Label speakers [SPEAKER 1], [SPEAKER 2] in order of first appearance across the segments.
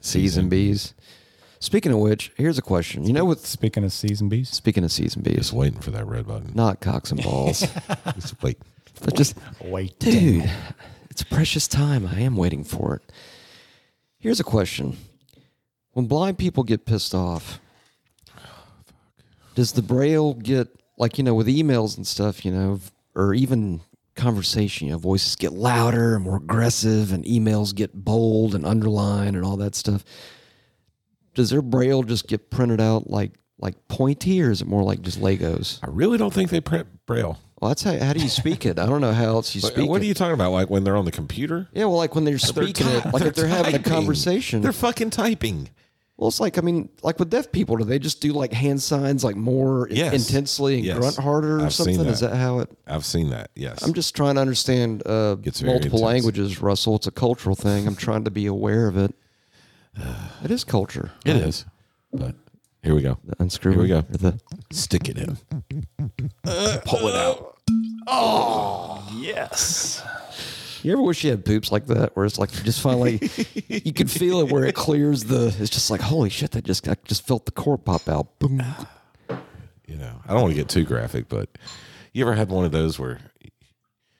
[SPEAKER 1] C's and B's. Speaking of which, here's a question. You know, with
[SPEAKER 2] Speaking of season bees,
[SPEAKER 1] speaking of C's and B's,
[SPEAKER 3] Just waiting for that red button.
[SPEAKER 1] not cocks and balls,
[SPEAKER 3] Just wait.
[SPEAKER 1] but just
[SPEAKER 2] wait,
[SPEAKER 1] dude, it's precious time. I am waiting for it. Here's a question: When blind people get pissed off, does the braille get like you know with emails and stuff, you know, or even conversation? You know, voices get louder and more aggressive, and emails get bold and underlined and all that stuff. Does their braille just get printed out like like pointy, or is it more like just Legos?
[SPEAKER 3] I really don't think they print braille.
[SPEAKER 1] Well, that's how, how do you speak it? I don't know how else you
[SPEAKER 3] Like,
[SPEAKER 1] speak.
[SPEAKER 3] what
[SPEAKER 1] it.
[SPEAKER 3] are you talking about? Like when they're on the computer?
[SPEAKER 1] Yeah, well, like when they're speaking
[SPEAKER 3] They're
[SPEAKER 1] it,
[SPEAKER 3] ty-
[SPEAKER 1] like if they're having a
[SPEAKER 3] typing.
[SPEAKER 1] conversation.
[SPEAKER 3] They're fucking typing.
[SPEAKER 1] well, it's like I mean, like with deaf people, do they just do like hand signs like more i-
[SPEAKER 3] Yes.
[SPEAKER 1] intensely and
[SPEAKER 3] Yes.
[SPEAKER 1] grunt harder or
[SPEAKER 3] I've seen
[SPEAKER 1] something? Is
[SPEAKER 3] that.
[SPEAKER 1] that how it?
[SPEAKER 3] I've seen that. Yes.
[SPEAKER 1] I'm just trying to understand uh,
[SPEAKER 3] Gets very
[SPEAKER 1] multiple
[SPEAKER 3] intense.
[SPEAKER 1] languages, Russell. It's a cultural thing. I'm trying to be aware of it. It is culture.
[SPEAKER 3] it is. But here we go.
[SPEAKER 1] Unscrew.
[SPEAKER 3] Here we go.
[SPEAKER 1] The,
[SPEAKER 3] Stick it in.
[SPEAKER 2] yes,
[SPEAKER 1] you ever wish you had poops like that, where it's like you just finally, you can feel it where it clears the. It's just like holy shit! That just I just felt the core pop out. Boom.
[SPEAKER 3] You know, I don't want to get too graphic, but you ever had one of those where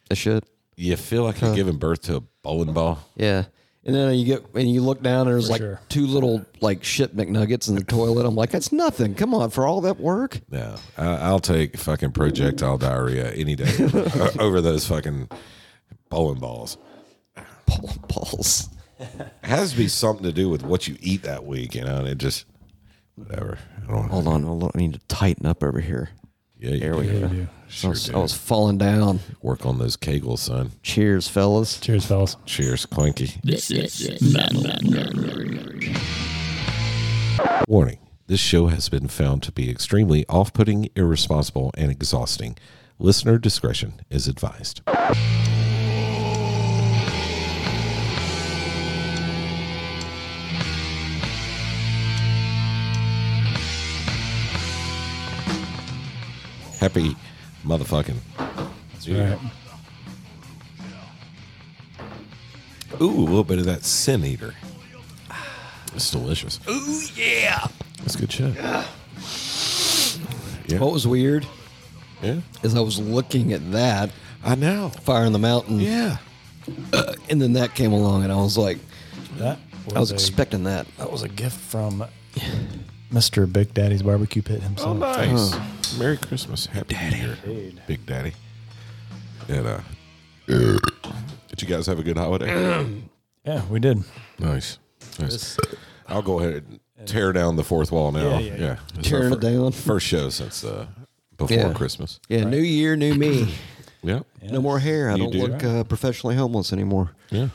[SPEAKER 1] The shit.
[SPEAKER 3] you feel like you're giving birth to a bowling ball?
[SPEAKER 1] Yeah. And then you get and you look down and there's like
[SPEAKER 2] sure.
[SPEAKER 1] two little like shit McNuggets in the toilet. I'm like, that's nothing. Come on, for all that work.
[SPEAKER 3] No, I, I'll take fucking projectile diarrhea any day o- over those fucking bowling balls.
[SPEAKER 1] Pull balls.
[SPEAKER 3] It has to be something to do with what you eat that week, you know. And it just whatever. I don't.
[SPEAKER 1] Hold on, hold on. I need to tighten up over here.
[SPEAKER 3] Yeah, you
[SPEAKER 1] There we
[SPEAKER 3] can
[SPEAKER 1] go.
[SPEAKER 2] do.
[SPEAKER 1] I, was, I was falling down.
[SPEAKER 3] work on those kegels, son.
[SPEAKER 1] Cheers, fellas.
[SPEAKER 2] cheers, fellas.
[SPEAKER 3] Cheers, Clinky. This is Warning. This show has been found to be extremely off putting, irresponsible, and exhausting. Listener discretion is advised. Happy motherfucking.
[SPEAKER 2] All right.
[SPEAKER 3] Ooh, a little bit of that sin eater. It's delicious. Ooh, yeah. That's good shit.
[SPEAKER 1] What was weird
[SPEAKER 3] Yeah.
[SPEAKER 1] is I was looking at that
[SPEAKER 3] I know.
[SPEAKER 1] fire in the mountain,
[SPEAKER 3] Yeah.
[SPEAKER 1] and then that came along, and I was like,
[SPEAKER 2] That was
[SPEAKER 1] I was
[SPEAKER 2] a,
[SPEAKER 1] expecting that.
[SPEAKER 2] that was a gift from Mr. Big Daddy's Barbecue Pit
[SPEAKER 3] Oh,
[SPEAKER 2] himself.
[SPEAKER 3] nice. Merry Christmas. Happy New Year. Big Daddy. And, uh, did you guys have a good holiday?
[SPEAKER 2] Yeah, we did.
[SPEAKER 3] nice. Nice. I'll go ahead and tear down the fourth wall now. Yeah.
[SPEAKER 2] yeah,
[SPEAKER 3] It's our
[SPEAKER 1] Tearing
[SPEAKER 3] fir-
[SPEAKER 1] it down.
[SPEAKER 3] First show since uh, before
[SPEAKER 1] Yeah.
[SPEAKER 3] Christmas.
[SPEAKER 1] Yeah, new year, new me.
[SPEAKER 3] Yep.
[SPEAKER 1] No more hair. I
[SPEAKER 3] You
[SPEAKER 1] don't
[SPEAKER 3] do.
[SPEAKER 1] look uh, professionally homeless anymore.
[SPEAKER 3] Yeah.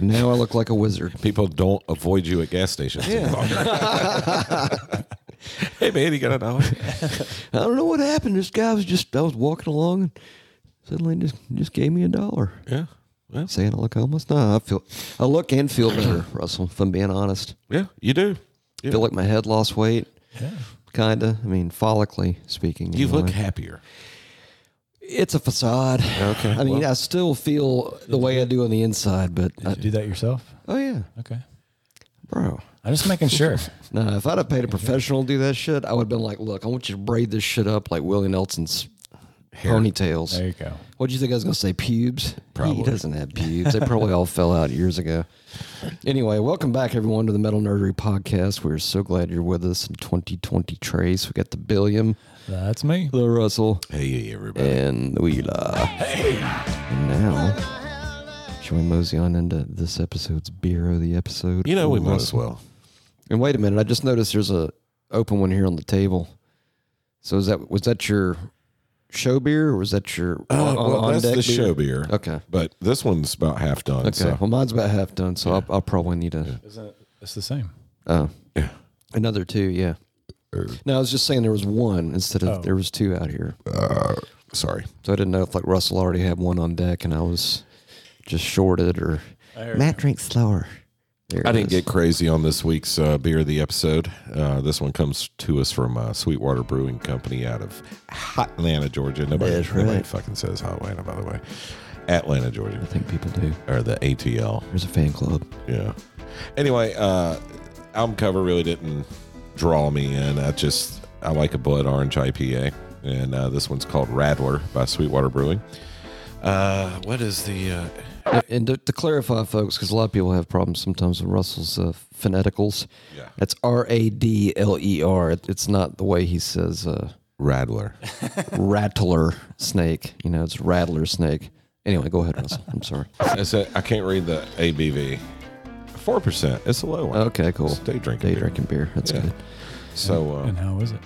[SPEAKER 1] Now I look like a wizard.
[SPEAKER 3] People don't avoid you at gas stations. any
[SPEAKER 1] Yeah.
[SPEAKER 3] longer. hey, man, you got a dollar?
[SPEAKER 1] I don't know what happened. This guy was just I was walking along and suddenly just just gave me a dollar.
[SPEAKER 3] Yeah. Well,
[SPEAKER 1] Saying I look homeless. No, I feel I look and feel better, Russell, if I'm being honest.
[SPEAKER 3] yeah, you do.
[SPEAKER 1] I
[SPEAKER 3] Yeah.
[SPEAKER 1] feel like my head lost weight. Kinda. I mean follically speaking.
[SPEAKER 3] You
[SPEAKER 1] know,
[SPEAKER 3] look
[SPEAKER 1] I-
[SPEAKER 3] happier.
[SPEAKER 1] it's a facade.
[SPEAKER 3] Okay,
[SPEAKER 1] I mean
[SPEAKER 3] well-
[SPEAKER 1] I still feel the way I do on the inside, but I,
[SPEAKER 2] Did you do that yourself?
[SPEAKER 1] oh yeah.
[SPEAKER 2] Okay.
[SPEAKER 1] Bro.
[SPEAKER 2] I'm just making sure.
[SPEAKER 1] No, if I'd have paid a professional to do that shit, I would have been like, look, I want you to braid this shit up like Willie Nelson's ponytails.
[SPEAKER 2] There you go.
[SPEAKER 1] What do you think I was gonna say? Pubes? He
[SPEAKER 3] Probably.
[SPEAKER 1] doesn't have pubes. They probably all fell out years ago. Anyway, welcome back everyone to the Metal Nerdery Podcast. We're so glad you're with us in 2020 Trace. We got the Billiam,
[SPEAKER 2] That's me.
[SPEAKER 1] the Russell,
[SPEAKER 3] Hey, everybody.
[SPEAKER 1] and the Wheeler. Hey. And now, should we mosey on into this episode's beer of the episode?
[SPEAKER 3] You know, we
[SPEAKER 1] Ooh,
[SPEAKER 3] might as
[SPEAKER 1] Russell.
[SPEAKER 3] well.
[SPEAKER 1] And wait a minute, I just noticed there's a open one here on the table. So is that was that your show beer or was that your
[SPEAKER 3] Uh,
[SPEAKER 1] on-
[SPEAKER 3] well,
[SPEAKER 1] on
[SPEAKER 3] that's
[SPEAKER 1] deck
[SPEAKER 3] the show beer.
[SPEAKER 1] Okay.
[SPEAKER 3] But this one's about half done.
[SPEAKER 1] Okay.
[SPEAKER 3] So,
[SPEAKER 1] Well, mine's about half done, so I'll, I'll probably need a
[SPEAKER 2] Isn't it? It's the same.
[SPEAKER 1] uh,
[SPEAKER 3] yeah.
[SPEAKER 1] another two. Yeah.
[SPEAKER 3] Er.
[SPEAKER 1] No, I was just saying there was one instead of
[SPEAKER 2] Oh.
[SPEAKER 1] there was two out here,
[SPEAKER 3] uh, Sorry.
[SPEAKER 1] so I didn't know if like Russell already had one on deck and I was just shorted or Matt drinks slower. There
[SPEAKER 3] I
[SPEAKER 1] it
[SPEAKER 3] didn't
[SPEAKER 1] is.
[SPEAKER 3] get crazy on this week's uh, beer of the episode. Uh, this one comes to us from uh, Sweetwater Brewing Company out of Atlanta, Georgia. Nobody,
[SPEAKER 1] That's
[SPEAKER 3] nobody
[SPEAKER 1] right.
[SPEAKER 3] fucking says Atlanta, by the way. Atlanta, Georgia,
[SPEAKER 1] I think people do.
[SPEAKER 3] or the ATL.
[SPEAKER 1] There's a fan club.
[SPEAKER 3] Yeah. Anyway, uh, album cover really didn't draw me in. I just I like a blood orange IPA, and uh, this one's called Radler by Sweetwater Brewing. Uh, what is the? Uh,
[SPEAKER 1] And- And to, to clarify, folks, because a lot of people have problems sometimes with Russell's uh, phoneticals.
[SPEAKER 3] Yeah.
[SPEAKER 1] That's R A D L E R. It- It's not the way he says uh,
[SPEAKER 3] Radler.
[SPEAKER 1] rattler snake. You know, it's rattler snake. Anyway, go ahead, Russell. I'm sorry.
[SPEAKER 3] It's a, I can't read the ABV. Four percent. It's a low one.
[SPEAKER 1] Okay, cool.
[SPEAKER 3] It's day drinking.
[SPEAKER 1] Day
[SPEAKER 3] beer.
[SPEAKER 1] drinking beer. That's
[SPEAKER 3] Yeah.
[SPEAKER 1] good.
[SPEAKER 3] So uh,
[SPEAKER 2] And how is it?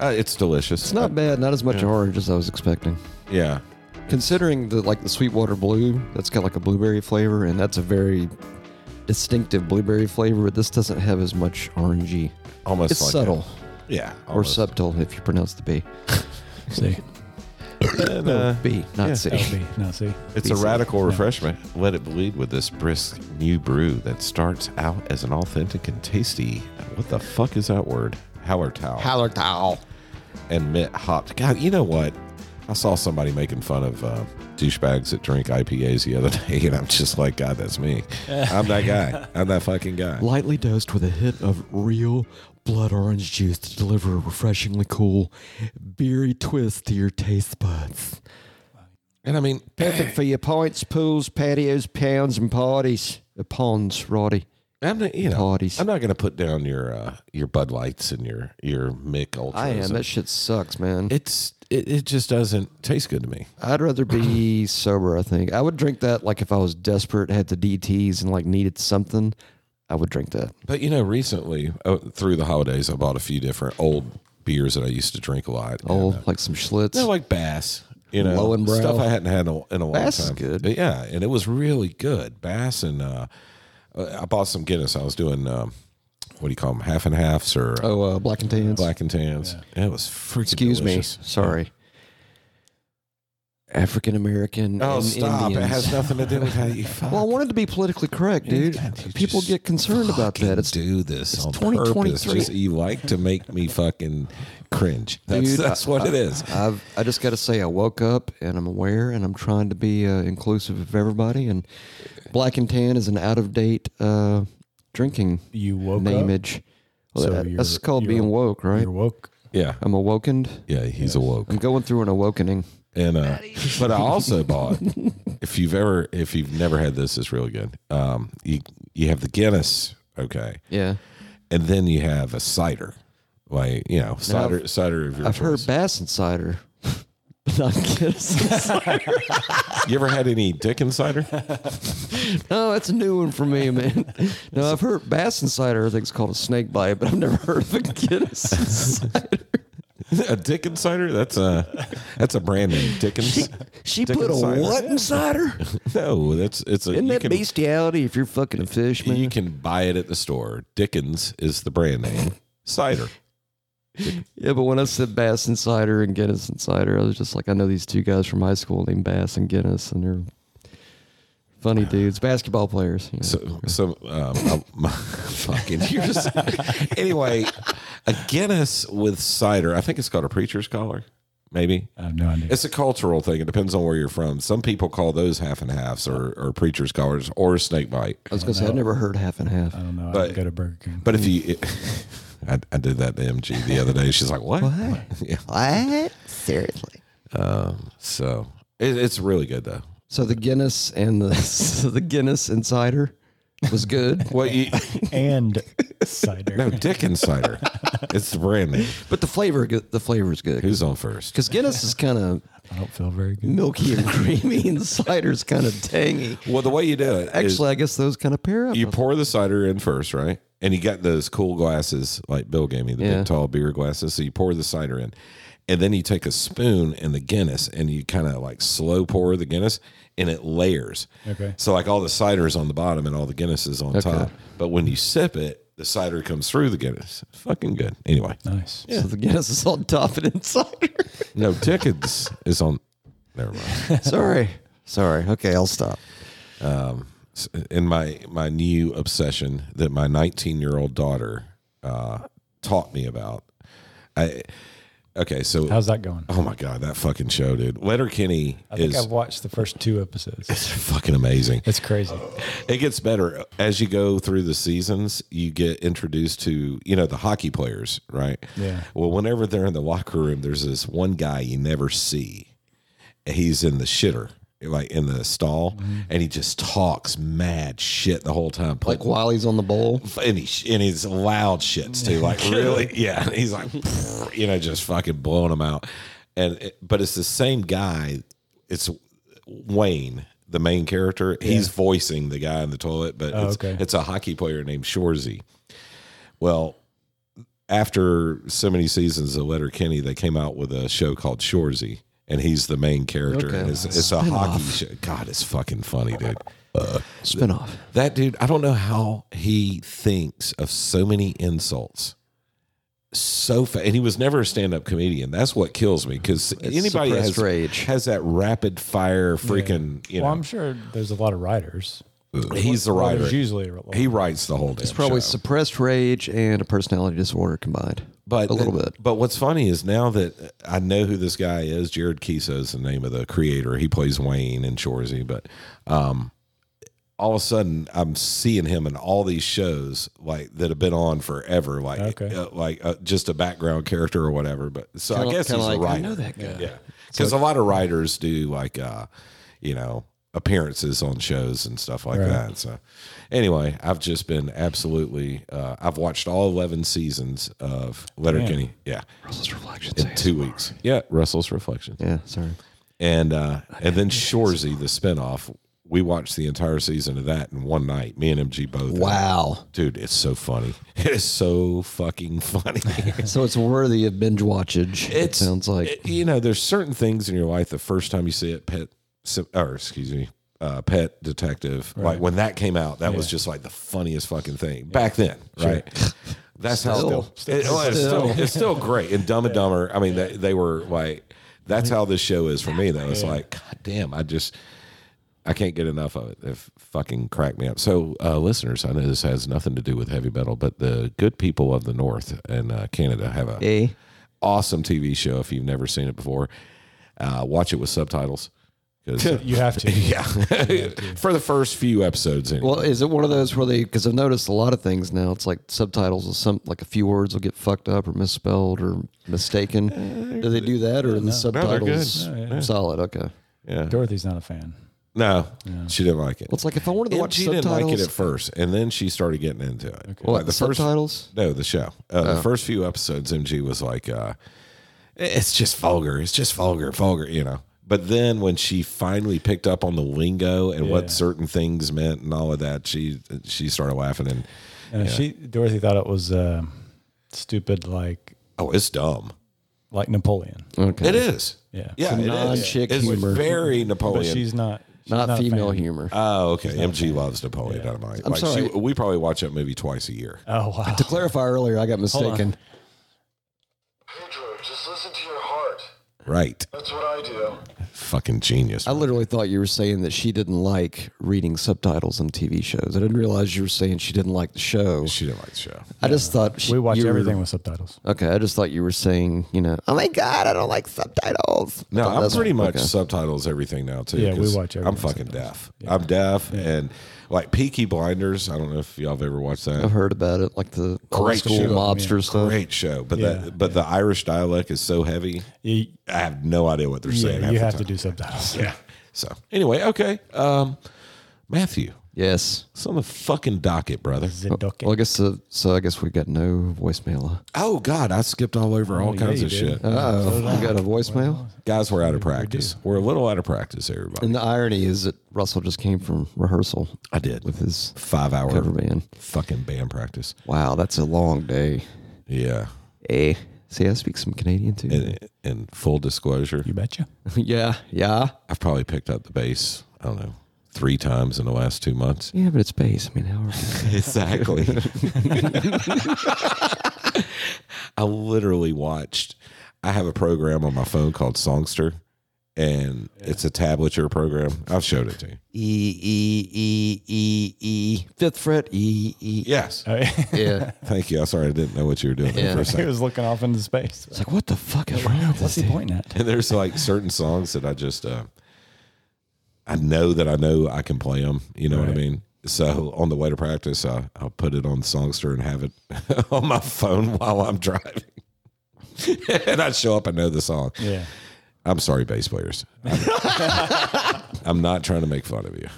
[SPEAKER 3] uh, it's delicious.
[SPEAKER 1] It's not bad. Not as much orange as I was expecting.
[SPEAKER 3] yeah.
[SPEAKER 1] Considering the like the Sweetwater Blue, that's got like a blueberry flavor, and that's a very distinctive blueberry flavor. But this doesn't have as much orangey.
[SPEAKER 3] Almost
[SPEAKER 1] It's
[SPEAKER 3] like
[SPEAKER 1] subtle
[SPEAKER 3] a- yeah.
[SPEAKER 1] or
[SPEAKER 3] almost.
[SPEAKER 1] subtle if you pronounce the B.
[SPEAKER 2] See,
[SPEAKER 3] And, uh,
[SPEAKER 1] B, not
[SPEAKER 3] yeah.
[SPEAKER 1] C.
[SPEAKER 2] that'll be no. See,
[SPEAKER 3] It's a radical refreshment. Let it bleed with this brisk new brew that starts out as an authentic and tasty. What the fuck is that word? Hallertau. Hallertau. And mint hopped. God, you know what? I saw somebody making fun of uh, douchebags that drink IPAs the other day, and I'm just like, God, that's me. I'm that guy. I'm that fucking guy.
[SPEAKER 1] Lightly dosed with a hit of real blood orange juice to deliver a refreshingly cool, beery twist to your taste buds.
[SPEAKER 3] And I mean,
[SPEAKER 1] Perfect for your pints, pools, patios, pounds, and parties. The ponds, Roddy.
[SPEAKER 3] I'm not, you know,
[SPEAKER 1] Parties.
[SPEAKER 3] I'm not going to put down your uh, your Bud Lights and your your Mick Ultras.
[SPEAKER 1] I am.
[SPEAKER 3] and-
[SPEAKER 1] That shit sucks, man.
[SPEAKER 3] It's it, it just doesn't taste good to me.
[SPEAKER 1] I'd rather be sober, I think. I would drink that like if I was desperate, had the DTs, and like needed something. I would drink that.
[SPEAKER 3] But you know, recently uh, through the holidays, I bought a few different old beers that I used to drink a lot.
[SPEAKER 1] Oh,
[SPEAKER 3] and, uh,
[SPEAKER 1] like some Schlitz.
[SPEAKER 3] they're like Bass, you know,
[SPEAKER 1] Lowenbrow.
[SPEAKER 3] stuff I hadn't had in a, in a long
[SPEAKER 1] Bass is
[SPEAKER 3] time.
[SPEAKER 1] good.
[SPEAKER 3] But yeah, and it was really good. Bass and uh, uh, I bought some Guinness. I was doing um, what do you call them, half and halves or uh,
[SPEAKER 1] oh, uh, Black and Tans.
[SPEAKER 3] black and tans. And it was freaking.
[SPEAKER 1] Excuse
[SPEAKER 3] delicious.
[SPEAKER 1] me. Sorry. African American.
[SPEAKER 3] Oh,
[SPEAKER 1] and
[SPEAKER 3] stop! It
[SPEAKER 1] Indians.
[SPEAKER 3] has nothing to do with how you. Fuck.
[SPEAKER 1] Well, I wanted to be politically correct, dude. People get concerned about that. It's
[SPEAKER 3] do this it's on
[SPEAKER 1] 2023.
[SPEAKER 3] purpose. Just- You like to make me fucking cringe. That's
[SPEAKER 1] Dude,
[SPEAKER 3] that's what it is.
[SPEAKER 1] I've I just got to say I woke up and I'm aware and I'm trying to be uh, inclusive of everybody. And black and tan is an out of date uh, drinking
[SPEAKER 2] you woke up.
[SPEAKER 1] nameage. Well,
[SPEAKER 2] So
[SPEAKER 1] that-
[SPEAKER 2] you're-
[SPEAKER 1] that's called
[SPEAKER 2] you're-
[SPEAKER 1] being woke, right?
[SPEAKER 2] You're woke.
[SPEAKER 3] Yeah,
[SPEAKER 1] I'm awakened.
[SPEAKER 3] yeah, he's awoke,
[SPEAKER 1] I'm going through an awakening.
[SPEAKER 3] and uh, but I also bought. If you've ever, if you've never had this, it's really good. Um, you you have the Guinness, okay,
[SPEAKER 1] Yeah,
[SPEAKER 3] and then you have a cider, like you know, cider, cider of your
[SPEAKER 1] I've heard
[SPEAKER 3] choice.
[SPEAKER 1] Bass and cider, but not Guinness.
[SPEAKER 3] You ever had any Dickens cider?
[SPEAKER 1] no, that's a new one for me, man. No, I've heard Bass and cider. I think it's called a snake bite, but I've never heard of a Guinness. and cider.
[SPEAKER 3] a Dickens cider? That's a that's a brand name, Dickens.
[SPEAKER 1] She
[SPEAKER 3] Dickens
[SPEAKER 1] put a
[SPEAKER 3] cider.
[SPEAKER 1] what in cider?
[SPEAKER 3] No, that's it's a
[SPEAKER 1] Isn't
[SPEAKER 3] you
[SPEAKER 1] that
[SPEAKER 3] can-
[SPEAKER 1] bestiality if you're fucking a fish, man?
[SPEAKER 3] You can buy it at the store. Dickens is the brand name. Cider.
[SPEAKER 1] Yeah, but when I said Bass and Cider and Guinness and Cider, I was just like, I know these two guys from high school named Bass and Guinness, and they're funny dudes, basketball players. you know.
[SPEAKER 3] So, so um, I- my- fucking. You're just, anyway, a Guinness with cider. I think it's called a preacher's collar. Maybe
[SPEAKER 2] I have no idea.
[SPEAKER 3] it's a cultural thing. It depends on where you're from. Some people call those half and halves, or or preacher's collars, or snake bite.
[SPEAKER 1] I was gonna say I've never heard half and half.
[SPEAKER 2] I don't know. I
[SPEAKER 3] but-
[SPEAKER 2] don't go to Burger King.
[SPEAKER 3] But if you, I, I did that to MG the other day. She's like, "What?" Yeah.
[SPEAKER 1] What? Seriously?
[SPEAKER 3] Um, so it, it's really good though.
[SPEAKER 1] So the Guinness and the so the Guinness and cider was good,
[SPEAKER 3] Well, you,
[SPEAKER 2] and cider.
[SPEAKER 3] no Dickens cider. It's the brand name.
[SPEAKER 1] but the flavor the flavor is good
[SPEAKER 3] Who's on first?
[SPEAKER 1] because Guinness is kind of
[SPEAKER 2] I don't feel very good.
[SPEAKER 1] milky and creamy, and cider's kind of tangy.
[SPEAKER 3] Well, the way you do it, is
[SPEAKER 1] Actually, I guess those kind of pair up.
[SPEAKER 3] you pour the cider in first, right? And you got those cool glasses, like Bill gave me, the
[SPEAKER 1] Yeah.
[SPEAKER 3] big tall beer glasses. So you pour the cider in, and then you take a spoon and the Guinness, and you kind of like slow pour the Guinness, and it layers.
[SPEAKER 2] Okay.
[SPEAKER 3] So like all the cider is on the bottom, and all the Guinness is on top. But when you sip it, the cider comes through the Guinness. Fucking good. Anyway,
[SPEAKER 2] Nice.
[SPEAKER 1] So the Guinness is on top and insider.
[SPEAKER 3] no Dickens is on. Never mind.
[SPEAKER 1] Sorry. Sorry. Okay, I'll stop.
[SPEAKER 3] in my my new obsession that my 19 year old daughter uh, taught me about. I Okay, so
[SPEAKER 2] How's that going?
[SPEAKER 3] Oh my god, that fucking show, dude. Letterkenny
[SPEAKER 2] I think
[SPEAKER 3] is
[SPEAKER 2] I've watched the first two episodes.
[SPEAKER 3] fucking amazing.
[SPEAKER 2] It's crazy.
[SPEAKER 3] It gets better as you go through the seasons. You get introduced to you know the hockey players, right?
[SPEAKER 2] Yeah.
[SPEAKER 3] Well, whenever they're in the locker room, there's this one guy you never see. He's in the shitter, like in the stall,
[SPEAKER 2] Mm-hmm.
[SPEAKER 3] and he just talks mad shit the whole time.
[SPEAKER 1] Like while he's on the bowl.
[SPEAKER 3] and, he, and he's loud shits too. Like really, yeah. And he's like, you know, just fucking blowing them out. And it- but it's the same guy. It's Wayne, the main character. He's voicing the guy in the toilet, but it's,
[SPEAKER 2] okay.
[SPEAKER 3] it's a hockey player named Shorzy. Well, after so many seasons of Letter Kenny, they came out with a show called Shorzy. And he's the main character.
[SPEAKER 1] Okay.
[SPEAKER 3] And it's, it's a hockey show. God, it's fucking funny, dude.
[SPEAKER 1] Spinoff.
[SPEAKER 3] That dude, I don't know how he thinks of so many insults. So fast, and he was never a stand-up comedian. That's what kills me because
[SPEAKER 1] suppressed
[SPEAKER 3] anybody has
[SPEAKER 1] rage.
[SPEAKER 3] has that rapid fire freaking. You know,
[SPEAKER 2] Well, I'm sure there's a lot of writers.
[SPEAKER 3] he's the
[SPEAKER 2] Well,
[SPEAKER 3] writer.
[SPEAKER 2] there's usually a lot.
[SPEAKER 3] he writes the whole. It's
[SPEAKER 1] Probably suppressed rage and a personality disorder combined.
[SPEAKER 3] but
[SPEAKER 1] a little bit.
[SPEAKER 3] But what's funny is now that I know who this guy is, Jared Kiso is the name of the creator. He plays Wayne and Shorzy, but um, all of a sudden I'm seeing him in all these shows like that have been on forever, like
[SPEAKER 2] Okay.
[SPEAKER 3] uh, like uh, just a background character or whatever. But so I
[SPEAKER 1] Kinda-
[SPEAKER 3] guess he's
[SPEAKER 1] kinda
[SPEAKER 3] a
[SPEAKER 1] like,
[SPEAKER 3] writer.
[SPEAKER 1] I know that guy.
[SPEAKER 3] Yeah, because a lot of writers do like uh, you know appearances on shows and stuff like that. So anyway, I've just been absolutely. Uh, I've watched all eleven seasons of Letterkenny. Yeah,
[SPEAKER 1] Russell's reflection.
[SPEAKER 3] in two weeks. Yeah, Russell's Reflections
[SPEAKER 1] Yeah, sorry.
[SPEAKER 3] and uh, and then Shorzy the spinoff. We watched the entire season of that in one night. Me and MG both.
[SPEAKER 1] Wow.
[SPEAKER 3] Dude, it's so funny. It is so fucking funny.
[SPEAKER 1] So it's worthy of binge watchage. It
[SPEAKER 3] It's-
[SPEAKER 1] sounds like
[SPEAKER 3] it- you know there's certain things in your life the first time you see it pet Sim- or excuse me uh, pet detective like when that came out that was just like the funniest fucking thing back then right that's how
[SPEAKER 1] Still.
[SPEAKER 3] It- well, it's still. it's still great and dumb and dumber i mean they, they were like that's how this show is for me though it's like god damn i just I can't get enough of it. It fucking cracked me up. So, uh, listeners, I know this has nothing to do with heavy metal, but the good people of the North and uh, Canada have a
[SPEAKER 1] a
[SPEAKER 3] awesome TV show if you've never seen it before. Uh, watch it with subtitles because
[SPEAKER 2] you have to.
[SPEAKER 3] yeah, for the first few episodes. Anyway.
[SPEAKER 1] Well, is it one of those where they? Because I've noticed a lot of things now. It's like subtitles of some, like a few words will get fucked up or misspelled or
[SPEAKER 3] Uh,
[SPEAKER 1] mistaken. Do they do that, or are the
[SPEAKER 3] they're good. Oh,
[SPEAKER 1] subtitles solid? Okay. Well,
[SPEAKER 2] Dorothy's not a fan.
[SPEAKER 3] no, she didn't like it.
[SPEAKER 1] it's like if I wanted to watch
[SPEAKER 3] she didn't
[SPEAKER 1] subtitles.
[SPEAKER 3] like it at first, and then she started getting into it.
[SPEAKER 1] what
[SPEAKER 3] Like
[SPEAKER 1] the subtitles? Oh.
[SPEAKER 3] No, the show. Uh, The first few episodes, MG was like, uh, "It's just vulgar. It's just vulgar, vulgar," you know. But then when she finally picked up on the lingo and
[SPEAKER 2] Yeah.
[SPEAKER 3] what certain things meant and all of that, she she started laughing and
[SPEAKER 2] Uh, She Dorothy thought it was um stupid, like
[SPEAKER 3] oh, it's dumb.
[SPEAKER 2] like Napoleon.
[SPEAKER 1] Okay.
[SPEAKER 3] It is.
[SPEAKER 2] Yeah.
[SPEAKER 3] Yeah.
[SPEAKER 2] Some
[SPEAKER 3] it is.
[SPEAKER 1] non-chick
[SPEAKER 3] It's
[SPEAKER 1] humor.
[SPEAKER 3] very Napoleon.
[SPEAKER 2] But she's not. She's
[SPEAKER 1] not,
[SPEAKER 2] a fan.
[SPEAKER 1] female humor.
[SPEAKER 3] oh, okay. MG loves Napoleon Dynamite.
[SPEAKER 1] I'm
[SPEAKER 3] like
[SPEAKER 1] sorry.
[SPEAKER 3] She, we probably watch that movie twice a year.
[SPEAKER 2] Oh wow.
[SPEAKER 1] to clarify earlier, I got
[SPEAKER 2] on.
[SPEAKER 1] mistaken.
[SPEAKER 4] Pedro, just listen to your heart.
[SPEAKER 3] Right.
[SPEAKER 4] That's what I do.
[SPEAKER 3] Fucking genius.
[SPEAKER 1] I literally thought you were saying that she didn't like reading subtitles on TV shows. I didn't realize you were saying she didn't like the show.
[SPEAKER 3] she didn't like the show.
[SPEAKER 1] I just thought she,
[SPEAKER 2] We watch
[SPEAKER 1] you were-
[SPEAKER 2] everything with subtitles.
[SPEAKER 1] Okay, I just thought you were saying, you know, oh my god, I don't like subtitles.
[SPEAKER 3] No,
[SPEAKER 1] Oh,
[SPEAKER 3] I'm
[SPEAKER 1] that's-
[SPEAKER 3] pretty much
[SPEAKER 1] okay.
[SPEAKER 3] subtitles everything now too.
[SPEAKER 2] Yeah, we
[SPEAKER 3] 'cause
[SPEAKER 2] watch
[SPEAKER 3] I'm
[SPEAKER 2] everything
[SPEAKER 3] fucking deaf. I'm deaf and like Peaky Blinders. I don't know if y'all have ever watched that.
[SPEAKER 1] I've heard about it, like the old
[SPEAKER 3] Great
[SPEAKER 1] school
[SPEAKER 3] show.
[SPEAKER 1] mobster stuff.
[SPEAKER 3] Great show, but
[SPEAKER 2] Yeah,
[SPEAKER 3] the, but the Irish dialect is so heavy.
[SPEAKER 2] You,
[SPEAKER 3] I have no idea what they're saying.
[SPEAKER 2] yeah,
[SPEAKER 3] half
[SPEAKER 2] you
[SPEAKER 3] the
[SPEAKER 2] have to
[SPEAKER 3] time.
[SPEAKER 2] do subtitles.
[SPEAKER 3] Yeah. So anyway, okay. Um, Matthew,
[SPEAKER 1] Yes.
[SPEAKER 3] it's on the fucking docket, brother.
[SPEAKER 2] Zidocki.
[SPEAKER 1] Well, I guess uh, so. I guess we got no voicemail.
[SPEAKER 3] Oh God, I skipped all over all
[SPEAKER 2] yeah,
[SPEAKER 3] kinds
[SPEAKER 2] you
[SPEAKER 3] of
[SPEAKER 2] did.
[SPEAKER 3] shit.
[SPEAKER 1] Oh, we got a voicemail.
[SPEAKER 3] Guys, we're out of practice. We're a little out of practice, everybody.
[SPEAKER 1] And the irony is that Russell just came from rehearsal
[SPEAKER 3] I did
[SPEAKER 1] with his
[SPEAKER 3] five hour
[SPEAKER 1] cover band.
[SPEAKER 3] fucking band practice.
[SPEAKER 1] Wow, that's a long day.
[SPEAKER 3] Yeah,
[SPEAKER 1] Eh. See, I speak some Canadian too.
[SPEAKER 3] and, and full disclosure,
[SPEAKER 2] You betcha.
[SPEAKER 1] yeah, yeah,
[SPEAKER 3] I've probably picked up the bass. I don't know three times in the last two months.
[SPEAKER 1] yeah. But it's bass. I mean, how are
[SPEAKER 3] Exactly. I literally watched. I have a program on my phone called Songster, and it's a tablature program. I've showed it to you.
[SPEAKER 1] E E E E E fifth fret E E.
[SPEAKER 3] Yes.
[SPEAKER 2] Oh, yeah.
[SPEAKER 1] Yeah.
[SPEAKER 3] Thank you. I'm sorry. I didn't know what you were doing there
[SPEAKER 1] Yeah.
[SPEAKER 3] for a
[SPEAKER 2] he
[SPEAKER 3] second.
[SPEAKER 2] was looking off into space.
[SPEAKER 1] It's like what the fuck is wrong with
[SPEAKER 2] What's
[SPEAKER 1] this?
[SPEAKER 2] he
[SPEAKER 1] dude?
[SPEAKER 2] pointing at?
[SPEAKER 3] And there's like certain songs that I just, uh, I know that I know I can play them. You know what I
[SPEAKER 2] Right.
[SPEAKER 3] mean? So on the way to practice, I, I'll put it on Songster and have it on my phone while I'm driving. and I show up, I know the song.
[SPEAKER 2] Yeah.
[SPEAKER 3] I'm sorry, bass players. I'm- I'm not trying to make fun of you,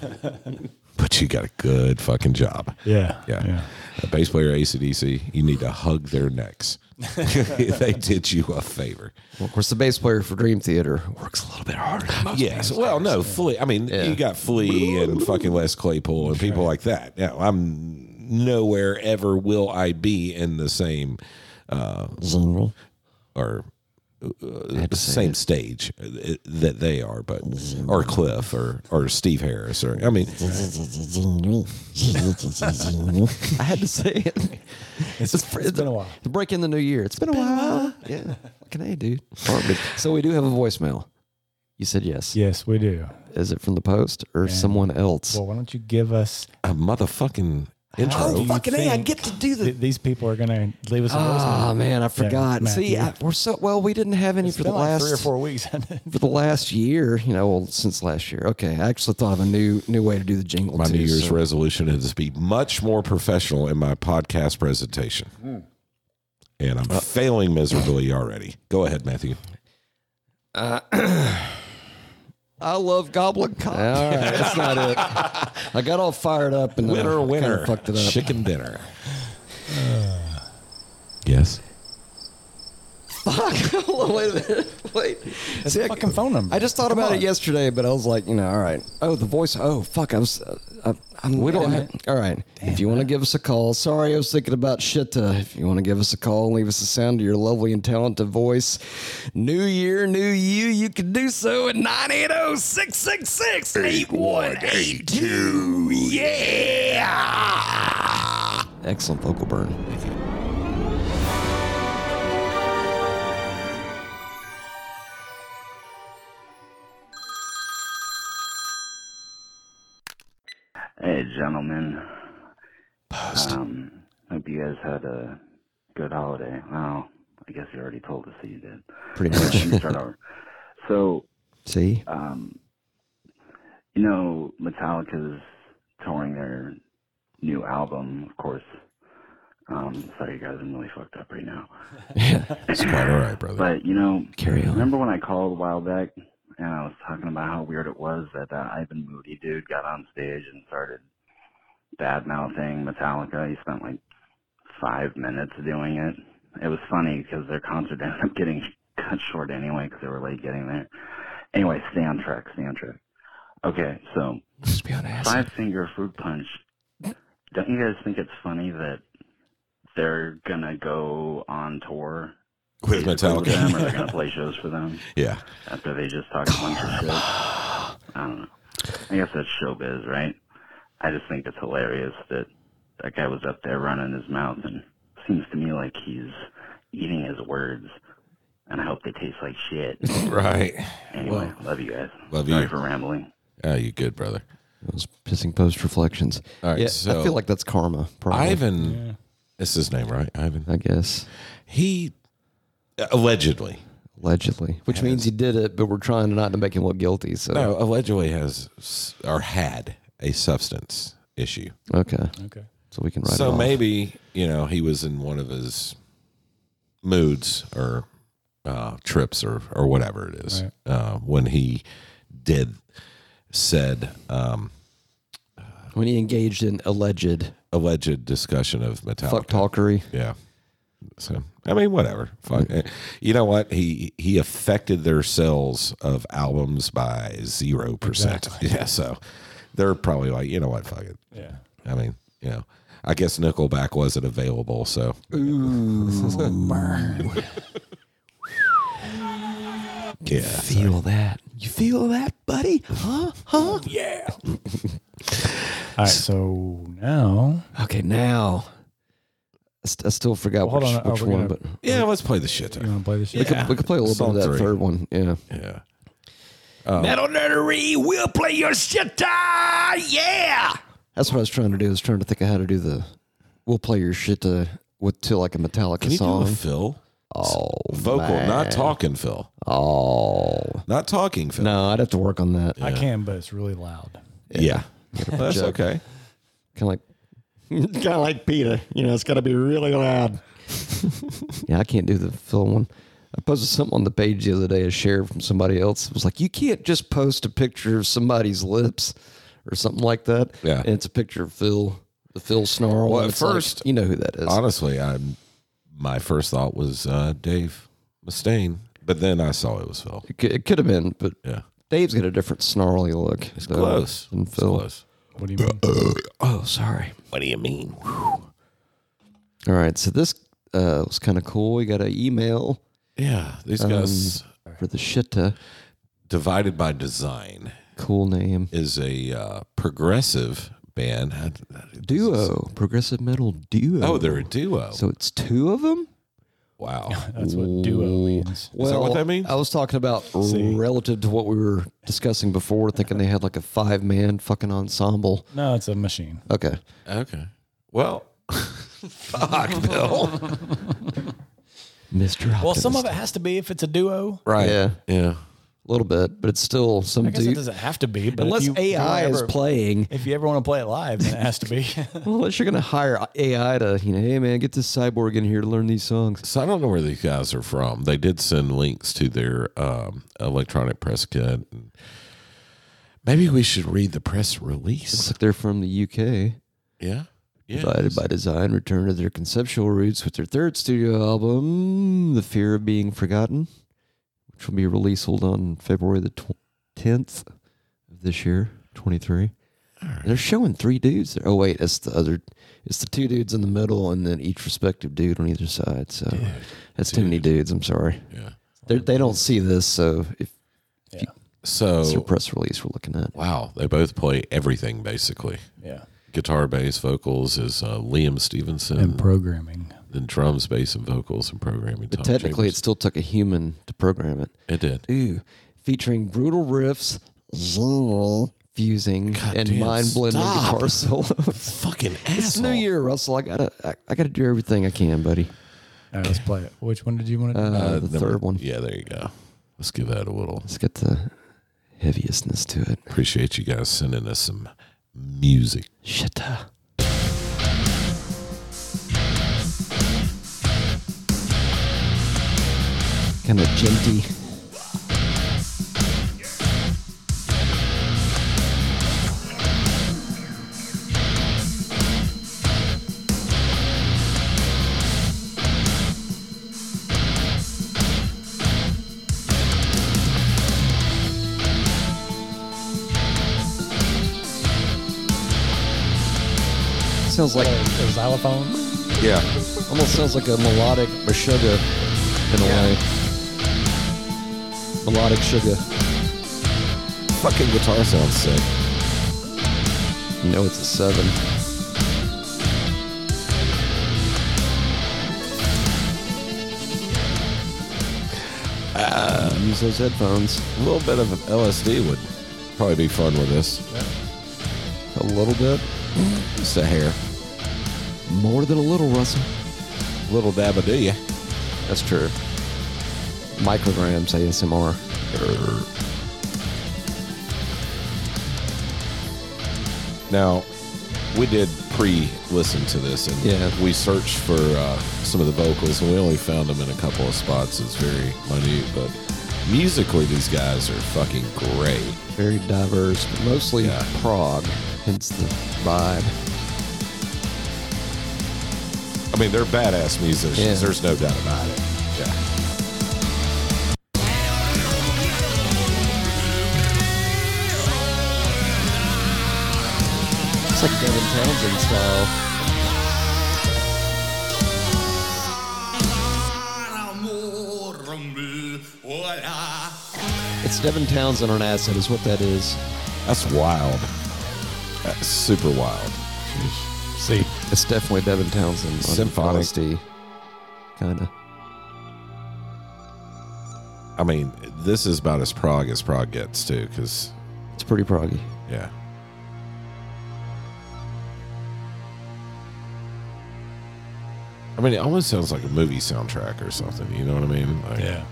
[SPEAKER 3] but you got a good fucking job.
[SPEAKER 2] Yeah.
[SPEAKER 3] Yeah. A bass player, ACDC, you need to hug their necks. they did you a favor.
[SPEAKER 1] Well, of course, the bass player for Dream Theater works a little bit harder. than most
[SPEAKER 3] Yes. Well, no, Flea. I mean, you got Flea and fucking Les Claypool and people like that. Now, I'm nowhere ever will I be in the same uh,
[SPEAKER 1] people.
[SPEAKER 3] or uh, same stage uh, that they are, but or Cliff or or Steve Harris or I mean,
[SPEAKER 1] I had to say it.
[SPEAKER 2] It's, it's been a while.
[SPEAKER 1] The break in the new year. It's been, a while. Yeah. Fucking A, dude. so we do have a voicemail. You said yes.
[SPEAKER 2] Yes, we do.
[SPEAKER 1] Is it from the post or someone else?
[SPEAKER 2] Well, why don't you give us
[SPEAKER 3] a motherfucking intro.
[SPEAKER 2] do
[SPEAKER 1] Oh,
[SPEAKER 2] you think
[SPEAKER 1] to do
[SPEAKER 2] th- these people are going to leave us a voicemail?
[SPEAKER 1] Oh man, I forgot. See, I,
[SPEAKER 2] Matthew.
[SPEAKER 1] we're so well. We didn't have any
[SPEAKER 2] It's
[SPEAKER 1] for the
[SPEAKER 2] been like
[SPEAKER 1] last
[SPEAKER 2] three or four weeks. hasn't it?
[SPEAKER 1] for the last year. You know, well, since last year. Okay, I actually thought of a new new way to do the jingle.
[SPEAKER 3] My
[SPEAKER 1] too,
[SPEAKER 3] New Year's
[SPEAKER 1] so-
[SPEAKER 3] resolution is to be much more professional in my podcast presentation.
[SPEAKER 1] Hmm.
[SPEAKER 3] And
[SPEAKER 1] Uh,
[SPEAKER 3] I'm failing miserably already. Go ahead, Matthew.
[SPEAKER 1] I love goblin cock. All right, that's not it. I got all fired up and
[SPEAKER 3] Winner,
[SPEAKER 1] uh,
[SPEAKER 3] winner.
[SPEAKER 1] kinda fucked it up.
[SPEAKER 3] Chicken dinner. yes.
[SPEAKER 1] Wait a minute. Wait.
[SPEAKER 2] That's
[SPEAKER 1] See,
[SPEAKER 2] a
[SPEAKER 1] I-
[SPEAKER 2] fucking phone number.
[SPEAKER 1] I just thought
[SPEAKER 2] Come
[SPEAKER 1] about
[SPEAKER 2] on.
[SPEAKER 1] it yesterday, but I was like, you know, all right. Oh, the voice. Oh, fuck. I was. Uh, I, I'm, we don't. Have, all right. if you want to give us a call, sorry, I was thinking about shit. Uh, if you want to give us a call and leave us a sound of your lovely and talented voice, New Year, New You, you can do so at oh, 980 666 8182. Yeah. Excellent vocal burn.
[SPEAKER 5] Hey, gentlemen. Um, hope you guys had a good holiday. Well, I guess you already told us that you did.
[SPEAKER 1] Pretty
[SPEAKER 5] Let me
[SPEAKER 1] much.
[SPEAKER 5] start over. So,
[SPEAKER 1] See?
[SPEAKER 5] um, you know, Metallica's touring their new album, of course. Um, sorry, guys, I'm really fucked up right now.
[SPEAKER 3] It's quite all right, brother.
[SPEAKER 5] But you know,
[SPEAKER 1] Carry on.
[SPEAKER 5] remember when I called a while back and I was talking about how weird it was that that Ivan Moody dude got on stage and started bad mouthing Metallica. He spent like five minutes doing it. It was funny because their concert ended up getting cut short anyway because they were late getting there. Anyway, stay on track, stay on track. Okay, so
[SPEAKER 1] Just be on acid.
[SPEAKER 5] Five Finger Fruit Punch. Don't you guys think it's funny that they're gonna go on tour
[SPEAKER 3] With
[SPEAKER 5] with them, or
[SPEAKER 3] Metallica.
[SPEAKER 5] they're gonna play shows for them
[SPEAKER 3] yeah.
[SPEAKER 5] after they just talk a bunch of shit? I don't know. I guess that's showbiz, right? I just think it's hilarious that that guy was up there running his mouth, and seems to me like he's eating his words. And I hope they taste like shit.
[SPEAKER 3] Right.
[SPEAKER 5] Anyway, love you guys.
[SPEAKER 3] Love
[SPEAKER 5] Sorry
[SPEAKER 3] you.
[SPEAKER 5] for rambling.
[SPEAKER 3] Oh, you good, brother.
[SPEAKER 1] Those pissing post reflections.
[SPEAKER 3] All right,
[SPEAKER 1] yeah, I
[SPEAKER 3] so-
[SPEAKER 1] feel like that's karma. Probably.
[SPEAKER 3] Ivan. It's his name, right? Ivan.
[SPEAKER 1] I guess
[SPEAKER 3] He allegedly.
[SPEAKER 1] allegedly, which means he did it, but we're trying not to make him look guilty. So
[SPEAKER 3] No, allegedly has s- or had a substance issue.
[SPEAKER 1] okay,
[SPEAKER 2] Okay.
[SPEAKER 1] so we can write.
[SPEAKER 3] so
[SPEAKER 1] it off.
[SPEAKER 3] maybe you know he was in one of his moods or uh, trips or or whatever it is uh, when he did said um,
[SPEAKER 1] when he engaged in alleged
[SPEAKER 3] alleged discussion of Metallica.
[SPEAKER 1] fuck talkery.
[SPEAKER 3] Yeah. So I mean, whatever. Fuck. Eh, You know what? He he affected their sales of albums by zero percent. Yeah. So they're probably like, you know what? Fuck it.
[SPEAKER 2] Yeah.
[SPEAKER 3] I mean, you know, I guess Nickelback wasn't available, so yeah.
[SPEAKER 1] Feel that? You feel that, buddy? Huh? Huh?
[SPEAKER 3] Yeah.
[SPEAKER 2] All right. So now,
[SPEAKER 1] Okay, now I, st- I still forgot
[SPEAKER 2] Well, hold
[SPEAKER 1] which,
[SPEAKER 2] on, are
[SPEAKER 1] which
[SPEAKER 2] we
[SPEAKER 1] one,
[SPEAKER 2] gonna-
[SPEAKER 1] but
[SPEAKER 3] Yeah, let's play the shit.
[SPEAKER 2] you want to play this?
[SPEAKER 1] we could we could play a little bit
[SPEAKER 3] Song
[SPEAKER 1] of that
[SPEAKER 3] three.
[SPEAKER 1] third one. Yeah.
[SPEAKER 3] Yeah.
[SPEAKER 1] Metal Nerdery will play your shit.
[SPEAKER 3] uh,
[SPEAKER 1] ah, Yeah. That's what I was trying to do. I was trying to think of how to do the we'll play your shit uh, with to like a Metallica
[SPEAKER 3] Can you do
[SPEAKER 1] song.
[SPEAKER 3] a Phil?
[SPEAKER 1] oh,
[SPEAKER 3] Vocal, not talking Phil.
[SPEAKER 1] oh.
[SPEAKER 3] Not talking Phil.
[SPEAKER 1] No, I'd have to work on that.
[SPEAKER 2] I can, but it's really loud.
[SPEAKER 3] Yeah. That's
[SPEAKER 1] Joke.
[SPEAKER 3] okay.
[SPEAKER 1] Kind of like, kind of like Peter. You know, it's got to be really loud. yeah, I can't do the Phil one. I posted something on the page the other day, a share from somebody else. It was like, you can't just post a picture of somebody's lips or something like that.
[SPEAKER 3] Yeah.
[SPEAKER 1] And it's a picture of Phil, the Phil snarl.
[SPEAKER 3] Well,
[SPEAKER 1] and
[SPEAKER 3] at
[SPEAKER 1] it's like,
[SPEAKER 3] first-
[SPEAKER 1] you know who that is.
[SPEAKER 3] Honestly, I'm my first thought was uh, Dave Mustaine, but then I saw it was Phil.
[SPEAKER 1] It could, it could have been, but
[SPEAKER 3] Yeah.
[SPEAKER 1] Dave's got a different snarly look.
[SPEAKER 3] It's
[SPEAKER 1] though,
[SPEAKER 3] close.
[SPEAKER 1] than
[SPEAKER 3] It's
[SPEAKER 1] Phil.
[SPEAKER 3] close.
[SPEAKER 2] What do you mean?
[SPEAKER 1] Oh, sorry.
[SPEAKER 3] What do you mean?
[SPEAKER 1] All right. So this uh, was kind of cool. We got an email
[SPEAKER 3] Yeah. These guys
[SPEAKER 1] for the shitta.
[SPEAKER 3] divided by design
[SPEAKER 1] Cool name.
[SPEAKER 3] is a uh, progressive band. I- I-
[SPEAKER 1] Duo. Progressive metal duo.
[SPEAKER 3] Oh, they're a duo.
[SPEAKER 1] So it's two of them?
[SPEAKER 3] wow.
[SPEAKER 2] That's what duo means.
[SPEAKER 1] Well,
[SPEAKER 3] that what that means?
[SPEAKER 1] I was talking about relative to what we were discussing before, thinking they had like a five man fucking ensemble.
[SPEAKER 2] No, it's a machine.
[SPEAKER 1] Okay.
[SPEAKER 3] Okay. Well, fuck, Bill.
[SPEAKER 1] Mr. Optimist.
[SPEAKER 2] Well, some of it has to be if it's a duo.
[SPEAKER 3] Right.
[SPEAKER 1] Yeah.
[SPEAKER 3] Yeah.
[SPEAKER 1] A little bit, but it's still some
[SPEAKER 2] I guess it
[SPEAKER 1] dude.
[SPEAKER 2] doesn't have to be, but
[SPEAKER 1] Unless
[SPEAKER 2] if you,
[SPEAKER 1] AI
[SPEAKER 2] if you
[SPEAKER 1] is
[SPEAKER 2] ever-
[SPEAKER 1] playing.
[SPEAKER 2] If you ever want to play it live, then it has to be.
[SPEAKER 1] Well, unless you're gonna hire AI to, you know, hey man, get this cyborg in here to learn these songs.
[SPEAKER 3] So I don't know where these guys are from. They did send links to their um, electronic press kit. Maybe we should read the press
[SPEAKER 1] It's
[SPEAKER 3] release.
[SPEAKER 1] like they're from the UK.
[SPEAKER 3] Yeah. Yeah.
[SPEAKER 1] Divided by Design returned to their conceptual roots with their third studio album, The Fear of Being Forgotten, which will be released on February the tw- 10th of this year, 23. They're showing three dudes there. Oh wait, it's the other, it's the two dudes in the middle, and then each respective dude on either side. So that's too many dudes. I'm sorry.
[SPEAKER 3] Yeah.
[SPEAKER 1] They're, they don't see this, so if it's their
[SPEAKER 3] So,
[SPEAKER 1] press release we're looking at.
[SPEAKER 3] Oh. wow. They both play everything basically
[SPEAKER 2] yeah.
[SPEAKER 3] guitar, bass, vocals is uh, Liam Stevenson,
[SPEAKER 2] And programming.
[SPEAKER 3] then drums, bass, and vocals and programming. But
[SPEAKER 1] Technically, it still took a human to program it.
[SPEAKER 3] it did.
[SPEAKER 1] Ooh, featuring brutal riffs, zzzz, fusing, and
[SPEAKER 3] damn,
[SPEAKER 1] mind-blending
[SPEAKER 3] stop.
[SPEAKER 1] guitar solos.
[SPEAKER 3] Fucking
[SPEAKER 1] it's New Year, Russell. I gotta, I, I gotta do everything I can, buddy.
[SPEAKER 2] All right, let's play it. Which one did you want to do?
[SPEAKER 1] Uh, the third one.
[SPEAKER 3] Yeah, there you go. Let's give that a little.
[SPEAKER 1] Let's get the heaviousness to it.
[SPEAKER 3] Appreciate you guys sending us some music.
[SPEAKER 1] Shit. Kind of genty. Sounds like
[SPEAKER 2] The xylophone.
[SPEAKER 3] Yeah.
[SPEAKER 1] almost sounds like a melodic sugar in a way. Melodic sugar.
[SPEAKER 3] Fucking guitar sounds sick.
[SPEAKER 1] You know it's a seven. Um, Use those headphones.
[SPEAKER 3] A little bit of LSD would probably be fun with this.
[SPEAKER 1] A little bit.
[SPEAKER 3] Just a hair.
[SPEAKER 1] More than a little, Russell.
[SPEAKER 3] Little dab of do ya.
[SPEAKER 1] That's true. Micrograms ASMR.
[SPEAKER 3] Now, we did pre listen to this and
[SPEAKER 1] Yeah.
[SPEAKER 3] we searched for uh, some of the vocals and we only found them in a couple of spots. It's very minute, but musically, these guys are fucking great.
[SPEAKER 1] Very diverse, but mostly
[SPEAKER 3] Yeah.
[SPEAKER 1] prog. Hence the vibe.
[SPEAKER 3] I mean, they're badass musicians.
[SPEAKER 1] Yeah.
[SPEAKER 3] There's no doubt about it. Yeah.
[SPEAKER 1] It's like Devin Townsend style. It's Devin Townsend on acid, is what that is.
[SPEAKER 3] That's wild. That's super wild.
[SPEAKER 2] See,
[SPEAKER 1] It's definitely Devin Townsend. on
[SPEAKER 3] Symphonic.
[SPEAKER 1] LSD. Kinda.
[SPEAKER 3] I mean, this is about as prog as prog gets too, because
[SPEAKER 1] It's pretty proggy.
[SPEAKER 3] yeah. I mean, it almost sounds like a movie soundtrack or something. You know what I mean? Like,
[SPEAKER 2] Yeah.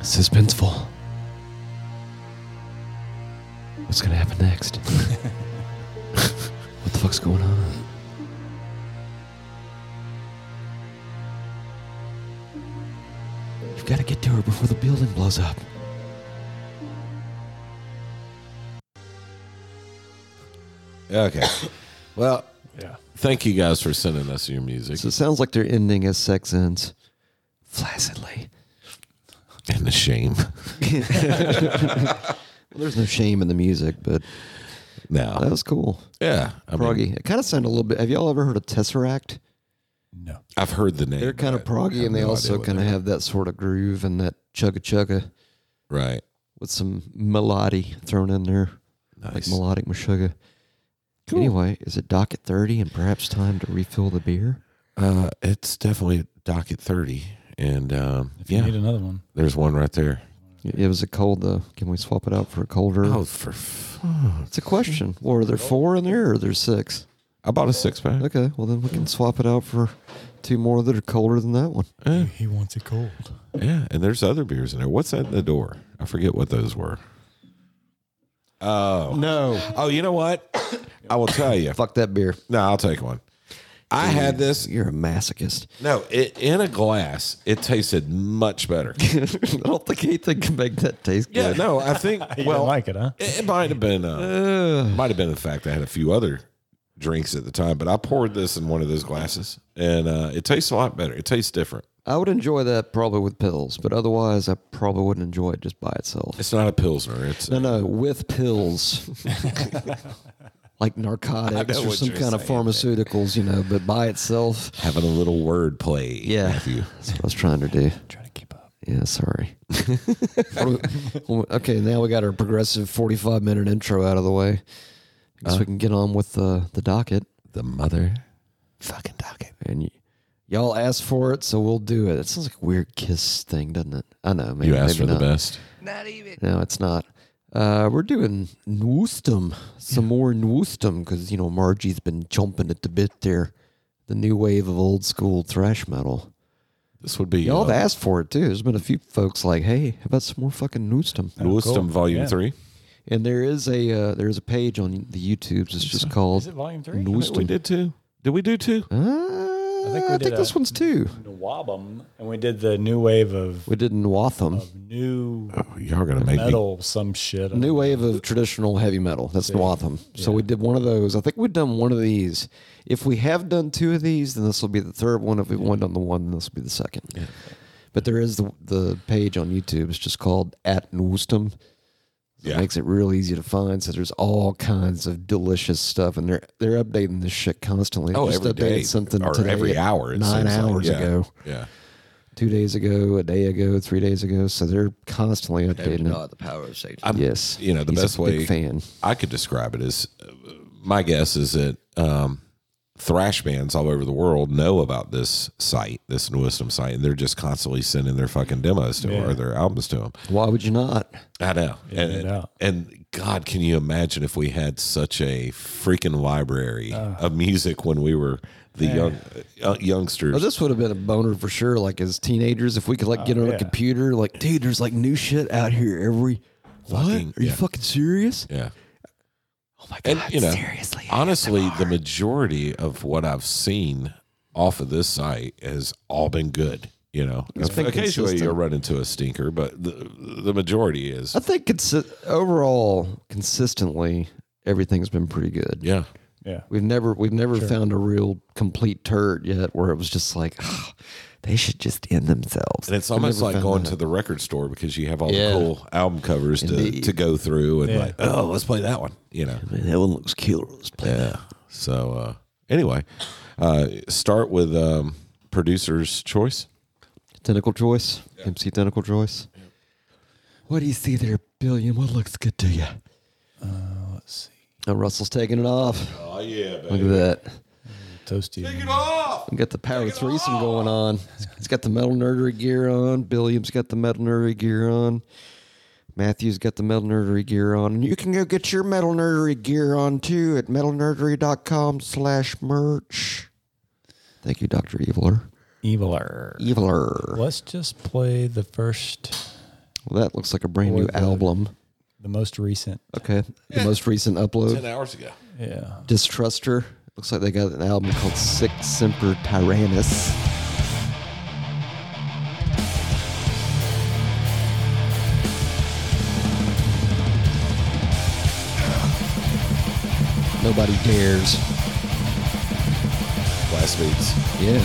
[SPEAKER 1] Suspenseful. What's gonna happen next? what the fuck's going on? You've got to get to her before the building blows up.
[SPEAKER 3] Okay. well,
[SPEAKER 2] Yeah.
[SPEAKER 3] thank you guys for sending us your music
[SPEAKER 1] So it sounds like they're ending as sex ends, flaccidly.
[SPEAKER 3] and the shame.
[SPEAKER 1] Well, there's no shame in the music, but that
[SPEAKER 3] now,
[SPEAKER 1] was cool.
[SPEAKER 3] yeah, I mean,
[SPEAKER 1] Proggy. it kind of sounded a little bit. Have y'all ever heard of Tesseract?
[SPEAKER 2] No.
[SPEAKER 3] I've heard the name.
[SPEAKER 1] They're kind of
[SPEAKER 3] but I
[SPEAKER 1] proggy,
[SPEAKER 3] have
[SPEAKER 1] and they
[SPEAKER 3] no idea
[SPEAKER 1] also
[SPEAKER 3] what
[SPEAKER 1] kind of
[SPEAKER 3] they-
[SPEAKER 1] have that sort of groove and that chugga chugga
[SPEAKER 3] right.
[SPEAKER 1] with some melody thrown in there, like
[SPEAKER 3] Nice.
[SPEAKER 1] melodic mashugga. Anyway, is it docket thirty and perhaps time to refill the beer?
[SPEAKER 3] Uh, it's definitely docket thirty, and um,
[SPEAKER 2] If you
[SPEAKER 3] yeah,
[SPEAKER 2] need another one,
[SPEAKER 3] there's one right there.
[SPEAKER 1] It it was a cold though. Can we swap it out for a colder?
[SPEAKER 3] Oh, for fuck.
[SPEAKER 1] It's a question. Well, are there four in there or there's six?
[SPEAKER 3] I bought a six pack.
[SPEAKER 1] Okay, well then we can swap it out for two more that are colder than that one.
[SPEAKER 2] he wants it cold.
[SPEAKER 3] Yeah, and there's other beers in there. What's at the door? I forget what those were. Oh no! Oh, you know what? I will tell you.
[SPEAKER 1] Fuck that beer.
[SPEAKER 3] No, I'll take one. I had this.
[SPEAKER 1] You're a masochist.
[SPEAKER 3] No, it, in a glass, it tasted much better.
[SPEAKER 1] I don't think anything can make that taste
[SPEAKER 3] Yeah,
[SPEAKER 1] good.
[SPEAKER 3] no, I think.
[SPEAKER 2] You
[SPEAKER 3] well,
[SPEAKER 2] didn't like it, huh?
[SPEAKER 3] It, it might have been uh,
[SPEAKER 1] Ugh.
[SPEAKER 3] might have been the fact I had a few other drinks at the time, but I poured this in one of those glasses, and uh, it tastes a lot better. It tastes different.
[SPEAKER 1] I would enjoy that probably with pills, but otherwise I probably wouldn't enjoy it just by itself.
[SPEAKER 3] It's not a pilsner. It's
[SPEAKER 1] No, no, with pills. like narcotics
[SPEAKER 3] know
[SPEAKER 1] or
[SPEAKER 3] what
[SPEAKER 1] some
[SPEAKER 3] you're
[SPEAKER 1] kind of
[SPEAKER 3] saying, man.
[SPEAKER 1] pharmaceuticals, you know, but by itself.
[SPEAKER 3] having a little word play.
[SPEAKER 1] Yeah.
[SPEAKER 3] Matthew.
[SPEAKER 1] That's what I was trying to do.
[SPEAKER 2] Trying to keep up.
[SPEAKER 1] Yeah, sorry. okay, now we got our progressive 45 minute intro out of the way. I
[SPEAKER 3] Uh.
[SPEAKER 1] guess we can get on with the, the docket.
[SPEAKER 3] the mother fucking docket.
[SPEAKER 1] And y- y'all asked for it, so we'll do it. It sounds like a weird kiss thing, doesn't it? I know. Maybe,
[SPEAKER 3] You asked for
[SPEAKER 1] maybe
[SPEAKER 3] the
[SPEAKER 1] not.
[SPEAKER 3] best.
[SPEAKER 1] No, it's not. Uh, we're doing Nwustum, some more Nwustum, because, you know, Margie's been jumping at the bit there. The new wave of old school thrash metal.
[SPEAKER 3] This would be
[SPEAKER 1] Y'all
[SPEAKER 3] uh,
[SPEAKER 1] have asked for it, too. There's been a few folks like, hey, how about some more fucking Nwustum?
[SPEAKER 3] Lewiston
[SPEAKER 2] cool.
[SPEAKER 3] Volume
[SPEAKER 2] Yeah.
[SPEAKER 3] Three.
[SPEAKER 1] And there is a uh, there is a page on the YouTubes. It's just
[SPEAKER 2] Is
[SPEAKER 1] called
[SPEAKER 2] it volume three?
[SPEAKER 3] Wait, we
[SPEAKER 1] Nwustum.
[SPEAKER 3] did two. Did we do two?
[SPEAKER 1] Uh, I
[SPEAKER 2] think
[SPEAKER 1] think,
[SPEAKER 2] we did a-
[SPEAKER 1] this one's two.
[SPEAKER 2] Nawabum, and we did the new wave of
[SPEAKER 1] We did Nwatham.
[SPEAKER 2] new
[SPEAKER 3] Oh, Y'all gonna make me.
[SPEAKER 2] metal, some shit.
[SPEAKER 1] New wave of traditional heavy metal. That's Nwatham. So we did one of those. I think we've done one of these. If we have done two of these, then this will be the third one. If we've only done the one, then this will be the second. But there is the, the page on YouTube. It's just called at Nwustum. It
[SPEAKER 3] Yeah.
[SPEAKER 1] makes it real easy to find. So there's all kinds of delicious stuff, and they're they're updating this shit constantly. They
[SPEAKER 3] Oh,
[SPEAKER 1] just
[SPEAKER 3] every
[SPEAKER 1] updated
[SPEAKER 3] day
[SPEAKER 1] something
[SPEAKER 3] or
[SPEAKER 1] today
[SPEAKER 3] every
[SPEAKER 1] at
[SPEAKER 3] hour. it
[SPEAKER 1] nine
[SPEAKER 3] seems like.
[SPEAKER 1] hours
[SPEAKER 3] Yeah.
[SPEAKER 1] ago,
[SPEAKER 3] Yeah.
[SPEAKER 1] two days ago, a day ago, three days ago. So they're constantly updating it.
[SPEAKER 6] God, the power of Satan.
[SPEAKER 3] I'm-
[SPEAKER 1] Yes,
[SPEAKER 3] You know the
[SPEAKER 1] He's
[SPEAKER 3] best
[SPEAKER 1] a
[SPEAKER 3] way
[SPEAKER 1] Big fan.
[SPEAKER 3] I could describe it as uh, my guess is that um, thrash bands all over the world know about this site, this Wisdom site, and they're just constantly sending their fucking demos to 'em or their albums to them.
[SPEAKER 1] Why would you not?
[SPEAKER 3] I know. and,
[SPEAKER 2] no doubt.
[SPEAKER 3] and God, can you imagine if we had such a freaking library of music when we were the young uh, youngsters?
[SPEAKER 1] Oh, this would have been a boner for sure. Like as teenagers, if we could like get on
[SPEAKER 2] yeah.
[SPEAKER 1] a computer, like dude, there's like new shit out here every. What?
[SPEAKER 3] Fucking-
[SPEAKER 1] Are you
[SPEAKER 3] yeah.
[SPEAKER 1] fucking serious?
[SPEAKER 3] yeah.
[SPEAKER 1] Oh my
[SPEAKER 3] And,
[SPEAKER 1] god!
[SPEAKER 3] you know,
[SPEAKER 1] seriously.
[SPEAKER 3] Honestly, the majority of what I've seen off of this site has all been good. You know,
[SPEAKER 1] been
[SPEAKER 3] occasionally
[SPEAKER 1] consistent.
[SPEAKER 3] you'll run into a stinker, but the the majority is
[SPEAKER 1] I think consi- overall, consistently, everything's been pretty good.
[SPEAKER 3] yeah.
[SPEAKER 2] Yeah.
[SPEAKER 1] We've never we've never found a real complete turd yet where it was just like "Ah, they should just end themselves.
[SPEAKER 3] And it's almost like going to the record store because you have all
[SPEAKER 1] Yeah.
[SPEAKER 3] the cool album covers to,
[SPEAKER 1] Indeed.
[SPEAKER 3] to go through and
[SPEAKER 2] Yeah.
[SPEAKER 3] like, oh, let's play that one. You know,
[SPEAKER 1] Man, that one looks killer. Let's play that.
[SPEAKER 3] yeah. So uh, anyway, uh, start with um, producer's choice.
[SPEAKER 1] Tentacle Joyce, MC Tentacle Joyce. What do you see there, Billion? What looks good to you? Uh, let's see. Oh, Russell's taking it off.
[SPEAKER 3] Oh yeah,
[SPEAKER 1] Look at that.
[SPEAKER 2] Toasty.
[SPEAKER 3] off.
[SPEAKER 1] We got the power threesome going on. He's got the metal nerdery gear on. Billiam's got the metal nerdery gear on. Matthew's got the metal nerdery gear on. And you can go get your metal nerdery gear on too at metalnerdery.com slash merch. Thank you, Dr. Eviler.
[SPEAKER 2] Eviler.
[SPEAKER 1] Eviler.
[SPEAKER 2] Let's just play the first,
[SPEAKER 1] Well, that looks like a brand new
[SPEAKER 2] Or the-
[SPEAKER 1] album.
[SPEAKER 2] the most recent.
[SPEAKER 1] Okay. The most recent upload.
[SPEAKER 3] hours ago.
[SPEAKER 2] Yeah.
[SPEAKER 1] Distrust her. Looks like they got an album called Sick Semper Tyrannus. Nobody dares.
[SPEAKER 3] Last week's.
[SPEAKER 1] Yeah.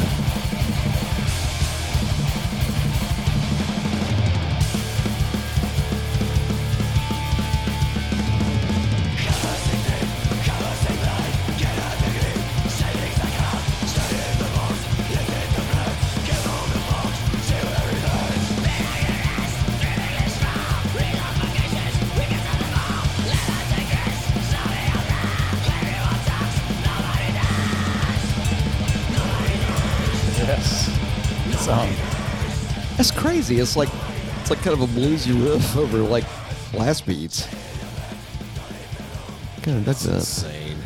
[SPEAKER 2] Yes. Good song.
[SPEAKER 1] That's crazy. It's like it's like kind of a bluesy riff over like blast beats. God, that's nuts.
[SPEAKER 3] Insane.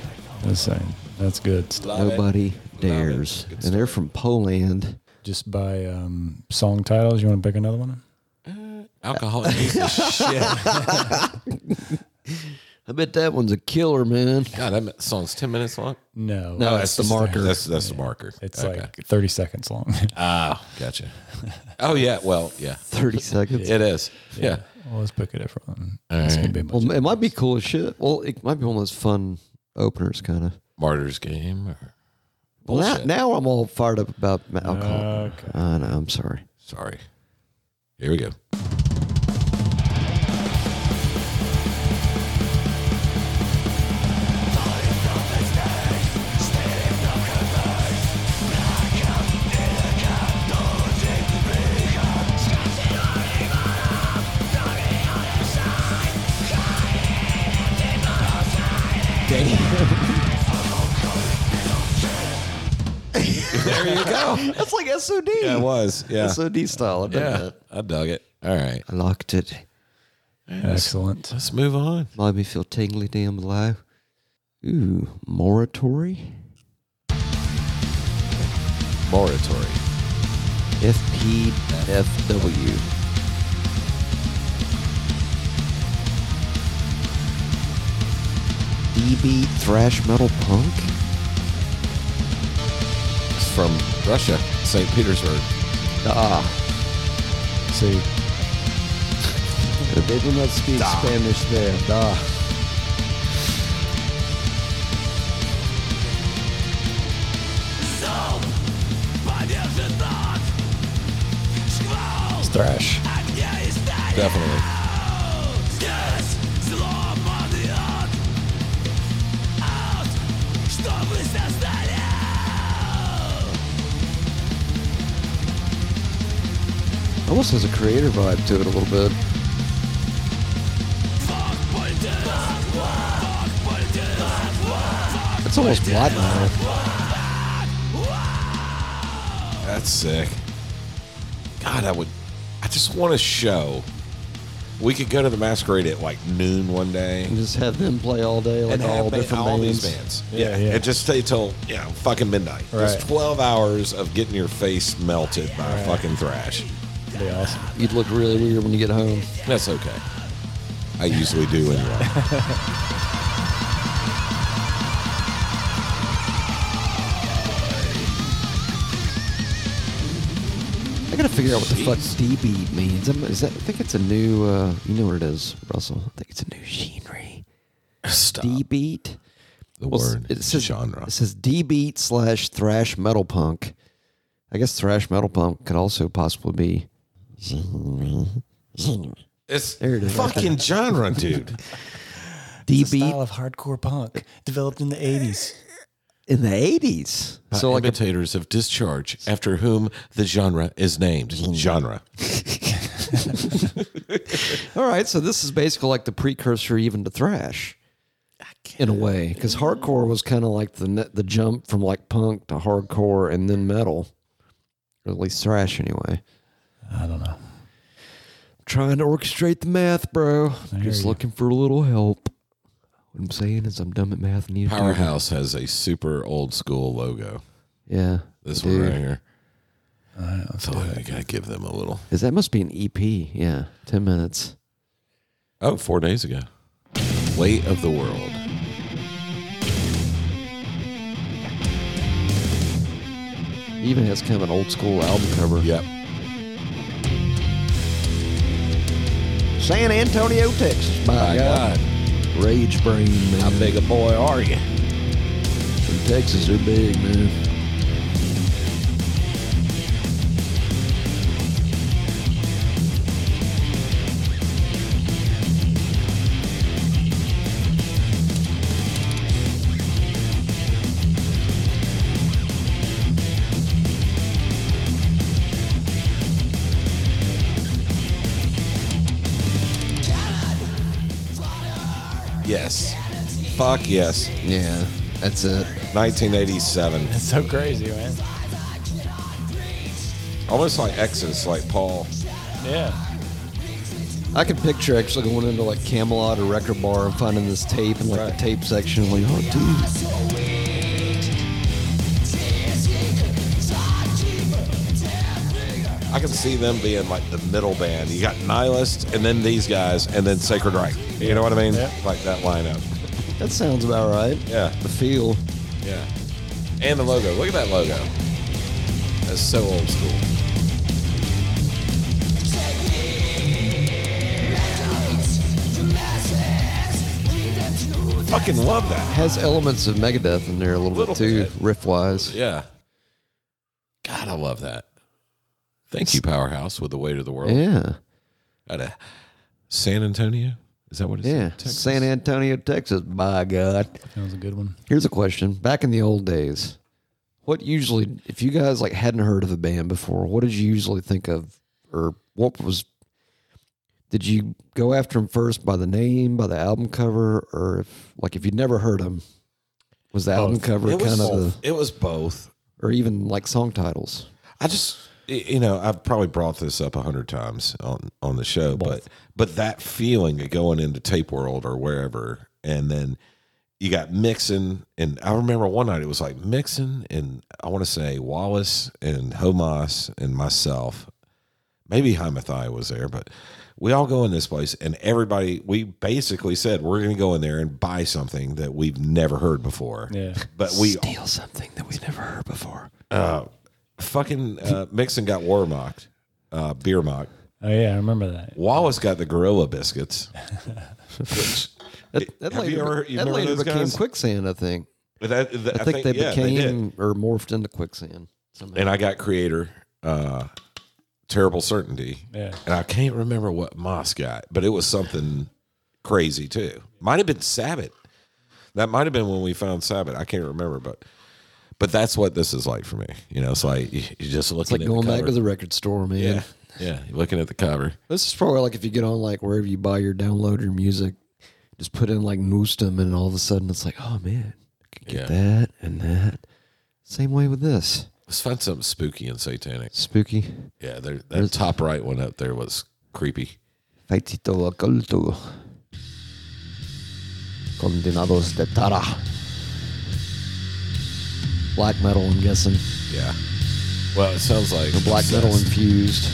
[SPEAKER 2] Insane. That's good.
[SPEAKER 3] Love it.
[SPEAKER 1] Nobody
[SPEAKER 3] it.
[SPEAKER 1] dares.
[SPEAKER 3] Good
[SPEAKER 1] And they're from Poland.
[SPEAKER 2] Just by um, song titles, you want to pick another one?
[SPEAKER 3] Alcoholic piece of shit.
[SPEAKER 1] I bet that one's a killer, man.
[SPEAKER 3] God, that song's 10 minutes long.
[SPEAKER 2] No.
[SPEAKER 1] No, that's the
[SPEAKER 2] just a-
[SPEAKER 1] marker.
[SPEAKER 3] That's that's the marker.
[SPEAKER 2] It's like 30 seconds long.
[SPEAKER 3] ah, gotcha. Oh yeah, well yeah,
[SPEAKER 1] 30 seconds.
[SPEAKER 3] it is. Yeah,
[SPEAKER 2] well, let's pick a different one. It's gonna be much-
[SPEAKER 1] Well, it might be cool as shit. Well, it might be one of those fun openers, kind of.
[SPEAKER 3] martyrs game. Or,
[SPEAKER 1] Well, now,
[SPEAKER 3] Bullshit.
[SPEAKER 1] now I'm all fired up about my alcohol.
[SPEAKER 2] Okay.
[SPEAKER 1] I know, I'm sorry.
[SPEAKER 3] sorry. Here we go. There you go.
[SPEAKER 1] That's like SOD.
[SPEAKER 3] Yeah, it was. Yeah,
[SPEAKER 1] SOD style. I dug
[SPEAKER 3] yeah.
[SPEAKER 1] that.
[SPEAKER 3] I dug it. All right,
[SPEAKER 1] I locked it.
[SPEAKER 2] Excellent.
[SPEAKER 3] let's move on.
[SPEAKER 1] Made me feel tingly damn alive. Ooh, moratory?
[SPEAKER 3] Moratory.
[SPEAKER 1] FPFW. DB E thrash metal punk?
[SPEAKER 3] It's from Russia, St. Petersburg.
[SPEAKER 1] Ah,
[SPEAKER 2] See,
[SPEAKER 1] they do not speak Spanish there. Da.
[SPEAKER 2] it's thrash.
[SPEAKER 3] Definitely.
[SPEAKER 1] Almost has a creator vibe to it a little bit. It's almost black metal.
[SPEAKER 3] That's sick. God, I would. I just want a show. We could go to the masquerade at like noon one day.
[SPEAKER 1] And just have them play all day, like all
[SPEAKER 3] ba-
[SPEAKER 1] different
[SPEAKER 3] all
[SPEAKER 1] bands.
[SPEAKER 3] these bands.
[SPEAKER 2] Yeah,
[SPEAKER 3] Yeah,
[SPEAKER 2] yeah.
[SPEAKER 3] And just stay till you know fucking midnight. Just
[SPEAKER 2] Right.
[SPEAKER 3] twelve hours of getting your face melted by fucking thrash.
[SPEAKER 2] That'd be awesome.
[SPEAKER 1] You'd look really weird when you get home.
[SPEAKER 3] That's okay. I usually do anyway.
[SPEAKER 1] I gotta figure out what the fuck DB means. I'm, is that? I think it's a new. Uh, you know what it is, Russell. I think it's a new genre.
[SPEAKER 3] Stop
[SPEAKER 1] D beat.
[SPEAKER 3] the
[SPEAKER 1] Well,
[SPEAKER 3] word
[SPEAKER 1] It says,
[SPEAKER 3] genre.
[SPEAKER 1] It says D beat slash thrash metal punk. I guess thrash metal punk could also possibly be.
[SPEAKER 3] It's
[SPEAKER 1] There it is.
[SPEAKER 3] fucking genre, dude.
[SPEAKER 1] D beat
[SPEAKER 2] of hardcore punk developed in the 80s.
[SPEAKER 1] in the eighties. So like a,
[SPEAKER 3] imitators of discharge, after whom the genre is named. Genre.
[SPEAKER 1] all right, so this is basically like the precursor even to thrash. in a way because hardcore was kind of like the ne- the jump from like punk to hardcore and then metal, or at least thrash anyway.
[SPEAKER 2] I don't know.
[SPEAKER 1] Trying to orchestrate the math, bro.
[SPEAKER 2] I hear
[SPEAKER 1] Just
[SPEAKER 2] you.
[SPEAKER 1] looking for a little help. What I'm saying is I'm dumb at math. And need help.
[SPEAKER 3] Powerhouse has a super old school logo.
[SPEAKER 1] Yeah.
[SPEAKER 3] This
[SPEAKER 1] dude.
[SPEAKER 3] one right here.
[SPEAKER 2] All right, let's
[SPEAKER 3] So
[SPEAKER 2] do it.
[SPEAKER 3] I gotta give them a little.
[SPEAKER 1] Is that must be an EP? Yeah, ten minutes.
[SPEAKER 3] Oh, four days ago. Weight of the world.
[SPEAKER 1] Even has kind of an old school album cover.
[SPEAKER 3] Yep.
[SPEAKER 1] San Antonio, Texas. My,
[SPEAKER 3] My
[SPEAKER 1] God.
[SPEAKER 3] God,
[SPEAKER 1] Rage brain, man.
[SPEAKER 3] how big a boy are you?
[SPEAKER 1] From Texas, they're big, man.
[SPEAKER 3] Yes. Fuck yes.
[SPEAKER 1] Yeah, that's it.
[SPEAKER 3] 1987.
[SPEAKER 2] It's so crazy, man.
[SPEAKER 3] Almost like Exodus, like Paul.
[SPEAKER 2] Yeah.
[SPEAKER 1] I can picture actually going into like Camelot or Record Bar and finding this tape in like the tape section. Like, oh, dude.
[SPEAKER 3] I can see them being like the middle band. You got Nihilist, and then these guys, and then Sacred Right. You know what I mean?
[SPEAKER 2] Yeah.
[SPEAKER 3] Like that lineup.
[SPEAKER 1] That sounds about right.
[SPEAKER 3] Yeah.
[SPEAKER 1] The feel.
[SPEAKER 3] Yeah. And the logo. Look at that logo. That's so old school. Fucking love that.
[SPEAKER 1] Has elements of Megadeth in there a little,
[SPEAKER 3] Little
[SPEAKER 1] bit too,
[SPEAKER 3] bit.
[SPEAKER 1] riff wise.
[SPEAKER 3] Yeah. God, I love that. Thank you, Powerhouse, with the weight of the world.
[SPEAKER 1] Yeah.
[SPEAKER 3] Out of San Antonio? Is that what it's
[SPEAKER 1] Yeah.
[SPEAKER 3] Texas?
[SPEAKER 1] San Antonio, Texas. My God.
[SPEAKER 2] That was a good one.
[SPEAKER 1] Here's a question. Back in the old days, what usually, if you guys like hadn't heard of a band before, what did you usually think of, or what was? Did you go after them first by the name, by the album cover, or if like if you'd never heard them, was the album cover
[SPEAKER 3] It was
[SPEAKER 1] kind of the,
[SPEAKER 3] both. It was both.
[SPEAKER 1] or even like song titles?
[SPEAKER 3] I just y- you know I've probably brought this up a hundred times on on the show, but but that feeling of going into tape world or wherever, and then you got mixing, and I remember one night it was like mixing, and I want to say Wallace and Homos and myself, maybe Hymathai was there, but we all go in this place, and everybody we basically said we're going to go in there and buy something that we've never heard before,
[SPEAKER 2] Yeah.
[SPEAKER 3] but we
[SPEAKER 1] Steal something that we've never heard before.
[SPEAKER 3] fucking uh, Mixon got war mocked, uh, beer mocked.
[SPEAKER 2] Oh yeah, I remember that.
[SPEAKER 3] Wallace got the gorilla biscuits.
[SPEAKER 1] That, that
[SPEAKER 3] Have
[SPEAKER 1] later,
[SPEAKER 3] you ever- you
[SPEAKER 1] that
[SPEAKER 3] remember
[SPEAKER 1] later
[SPEAKER 3] those
[SPEAKER 1] became
[SPEAKER 3] guys?
[SPEAKER 1] quicksand. I think.
[SPEAKER 3] But that, that-
[SPEAKER 1] I, think, they
[SPEAKER 3] yeah, did.
[SPEAKER 1] became or morphed into quicksand. Somehow.
[SPEAKER 3] and I got creator, uh, terrible certainty,
[SPEAKER 2] Yeah.
[SPEAKER 3] and I can't remember what Moss got, but it was something crazy too. Might have been Sabbath. That might have been when we found Sabbath. I can't remember, but but that's what this is like for me. You know, it's like you you're just looking
[SPEAKER 1] It's like
[SPEAKER 3] at
[SPEAKER 1] going
[SPEAKER 3] the
[SPEAKER 1] back
[SPEAKER 3] cover.
[SPEAKER 1] to the record store, man.
[SPEAKER 3] yeah, yeah, you're looking at the cover.
[SPEAKER 1] This is probably like if you get on like wherever you buy your download your music, just put in like Moostum and all of a sudden it's like, oh man, I can get
[SPEAKER 3] Yeah.
[SPEAKER 1] that and that. Same way with this.
[SPEAKER 3] Let's find something spooky and satanic.
[SPEAKER 1] Spooky.
[SPEAKER 3] Yeah, there- that top right one up there was creepy.
[SPEAKER 1] Faitito oculto. Condenados de Tara. Black metal, I'm guessing.
[SPEAKER 3] Yeah. Well, it sounds like
[SPEAKER 1] Or black metal infused.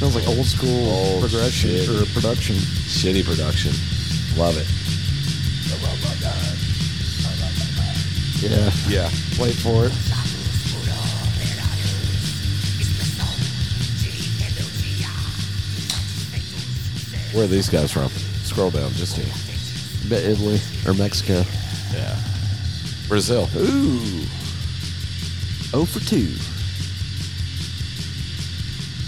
[SPEAKER 1] Sounds like old school
[SPEAKER 3] Old
[SPEAKER 1] progression
[SPEAKER 3] shit.
[SPEAKER 1] or production.
[SPEAKER 3] shitty production. Love it.
[SPEAKER 1] Yeah.
[SPEAKER 3] Yeah.
[SPEAKER 1] Wait for it.
[SPEAKER 3] Where are these guys from? Scroll down just here.
[SPEAKER 1] Bet Italy or Mexico.
[SPEAKER 3] Yeah. Brazil.
[SPEAKER 1] Ooh. O for 2.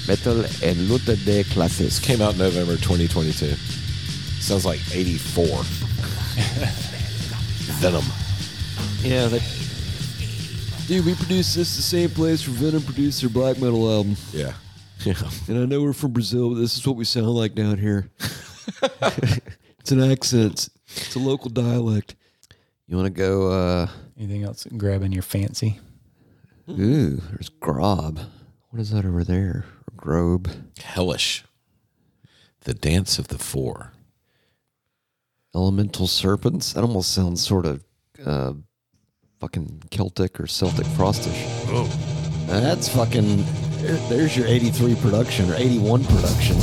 [SPEAKER 1] Metal and luta de
[SPEAKER 3] This
[SPEAKER 1] clases.
[SPEAKER 3] came out November 2022. Sounds like 84. Venom.
[SPEAKER 1] Yeah, they Dude, we produced this the same place for Venom produced their black metal album.
[SPEAKER 3] Yeah.
[SPEAKER 1] And I know we're from Brazil, but this is what we sound like down here. it's an accent. It's a local dialect. You want to go? uh
[SPEAKER 2] Anything else grabbing your fancy?
[SPEAKER 1] Ooh, there's grob. What is that over there? Grobe.
[SPEAKER 3] Hellish. The Dance of the Four.
[SPEAKER 1] Elemental serpents. That almost sounds sort of uh, fucking Celtic or Celtic frostish. Now that's fucking. there- There's your '83 production or '81 production.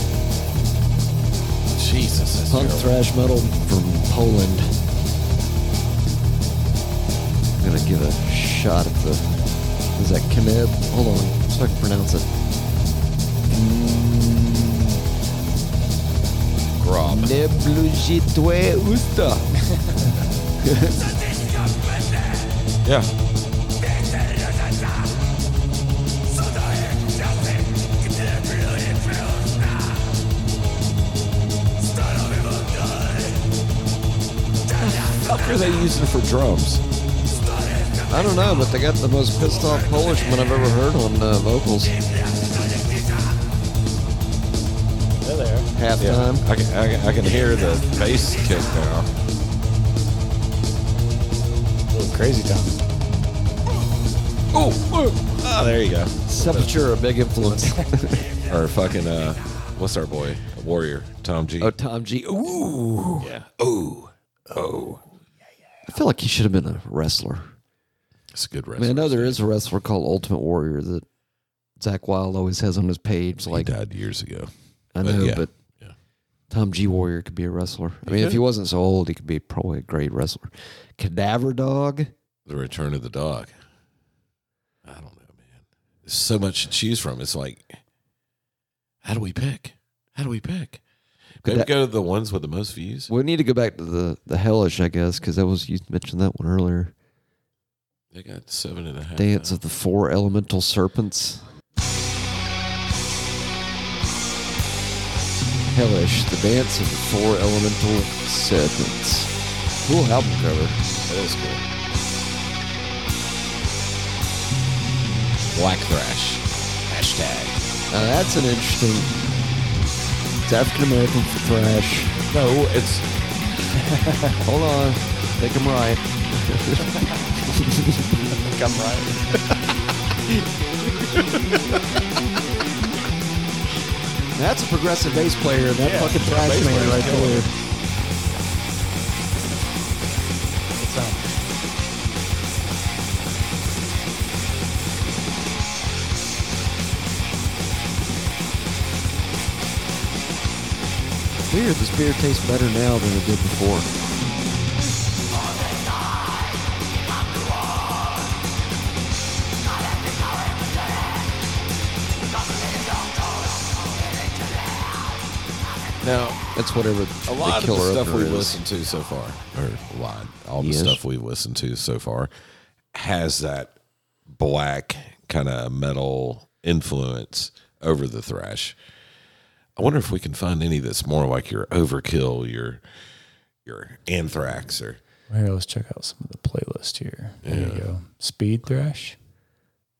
[SPEAKER 3] Jesus. that's
[SPEAKER 1] Punk
[SPEAKER 3] terrible.
[SPEAKER 1] thrash metal from Poland. I'm gonna give a shot at the. Is that Kneb? Hold on, so I can pronounce it.
[SPEAKER 3] Grob.
[SPEAKER 1] Neblujitwe usta.
[SPEAKER 3] Yeah. Fuck are they using for drums?
[SPEAKER 1] I don't know, but they got the most pissed off Polishman I've ever heard on uh, vocals. Half time.
[SPEAKER 3] I can, I can, I can hear the bass kick now.
[SPEAKER 2] Oh, crazy time.
[SPEAKER 3] Oh, there you go.
[SPEAKER 1] Sepultura, a big influence.
[SPEAKER 3] Or fucking uh, what's our boy? Warrior Tom G.
[SPEAKER 1] oh, Tom G. Ooh. Oh.
[SPEAKER 3] yeah.
[SPEAKER 1] I feel like he should have been a wrestler.
[SPEAKER 3] It's a good
[SPEAKER 1] I
[SPEAKER 3] wrestler.
[SPEAKER 1] mean, I know there is a wrestler called Ultimate Warrior that Zach Wild always has on his page.
[SPEAKER 3] He
[SPEAKER 1] Like
[SPEAKER 3] died years ago.
[SPEAKER 1] I
[SPEAKER 3] but
[SPEAKER 1] know,
[SPEAKER 3] yeah,
[SPEAKER 1] but
[SPEAKER 3] yeah.
[SPEAKER 1] Tom G Warrior could be a wrestler. I mean, if he wasn't so old, he could be probably a great wrestler. Cadaver Dog.
[SPEAKER 3] The Return of the Dog. I don't know, man. There's so much to choose from. It's like, how do we pick? How do we pick?
[SPEAKER 1] Could
[SPEAKER 3] Maybe
[SPEAKER 1] that-
[SPEAKER 3] go to the ones with the most views.
[SPEAKER 1] We need to go back to the the Hellish, I guess, because that was you mentioned that one earlier.
[SPEAKER 3] They got seven and a half.
[SPEAKER 1] Dance
[SPEAKER 3] now.
[SPEAKER 1] of the Four Elemental Serpents. Hellish, the Dance of the Four Elemental Serpents. Cool album cover.
[SPEAKER 3] That is cool. Black Thrash. Hashtag.
[SPEAKER 1] Now that's an interesting. It's African American for thrash.
[SPEAKER 3] No, it's
[SPEAKER 1] Hold on, think I'm right. That's a progressive bass player. That fucking thrash man right there. Weird, this beer tastes better now than it did before.
[SPEAKER 3] now
[SPEAKER 1] That's whatever
[SPEAKER 3] a
[SPEAKER 1] the
[SPEAKER 3] lot of the
[SPEAKER 1] killer
[SPEAKER 3] stuff
[SPEAKER 1] opener
[SPEAKER 3] we've
[SPEAKER 1] is.
[SPEAKER 3] listened to so far, or a lot, all the
[SPEAKER 1] Yes.
[SPEAKER 3] stuff we've listened to so far, has that black kind of metal influence over the thrash. I wonder if we can find any that's more like your Overkill, your your Anthrax, or
[SPEAKER 2] Here, let's check out some of the playlist here. There you go. Speed thrash.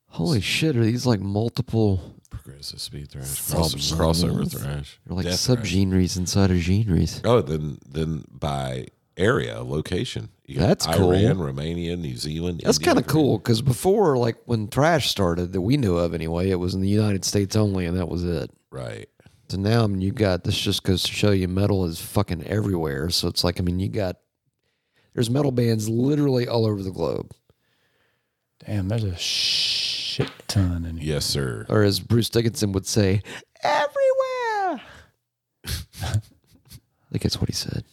[SPEAKER 1] Holy shit! Are these like multiple?
[SPEAKER 3] progressive speed thrash, cross, crossover thrash,
[SPEAKER 1] They're like
[SPEAKER 3] death thrash.
[SPEAKER 1] subgenres inside of genres.
[SPEAKER 3] Oh, then then by area location. You got
[SPEAKER 1] That's cool.
[SPEAKER 3] Iran, Romania, New Zealand.
[SPEAKER 1] That's
[SPEAKER 3] India,
[SPEAKER 1] kind of
[SPEAKER 3] Korea.
[SPEAKER 1] cool because before, like when thrash started, that we knew of anyway, it was in the United States only, and that was it.
[SPEAKER 3] Right.
[SPEAKER 1] So now, I mean, you got this just goes to show you metal is fucking everywhere. So it's like, I mean, you got there's metal bands literally all over the globe,
[SPEAKER 2] Damn, there's a shit ton in here.
[SPEAKER 3] Yes, sir.
[SPEAKER 1] or as Bruce Dickinson would say, everywhere. I think that's what he said.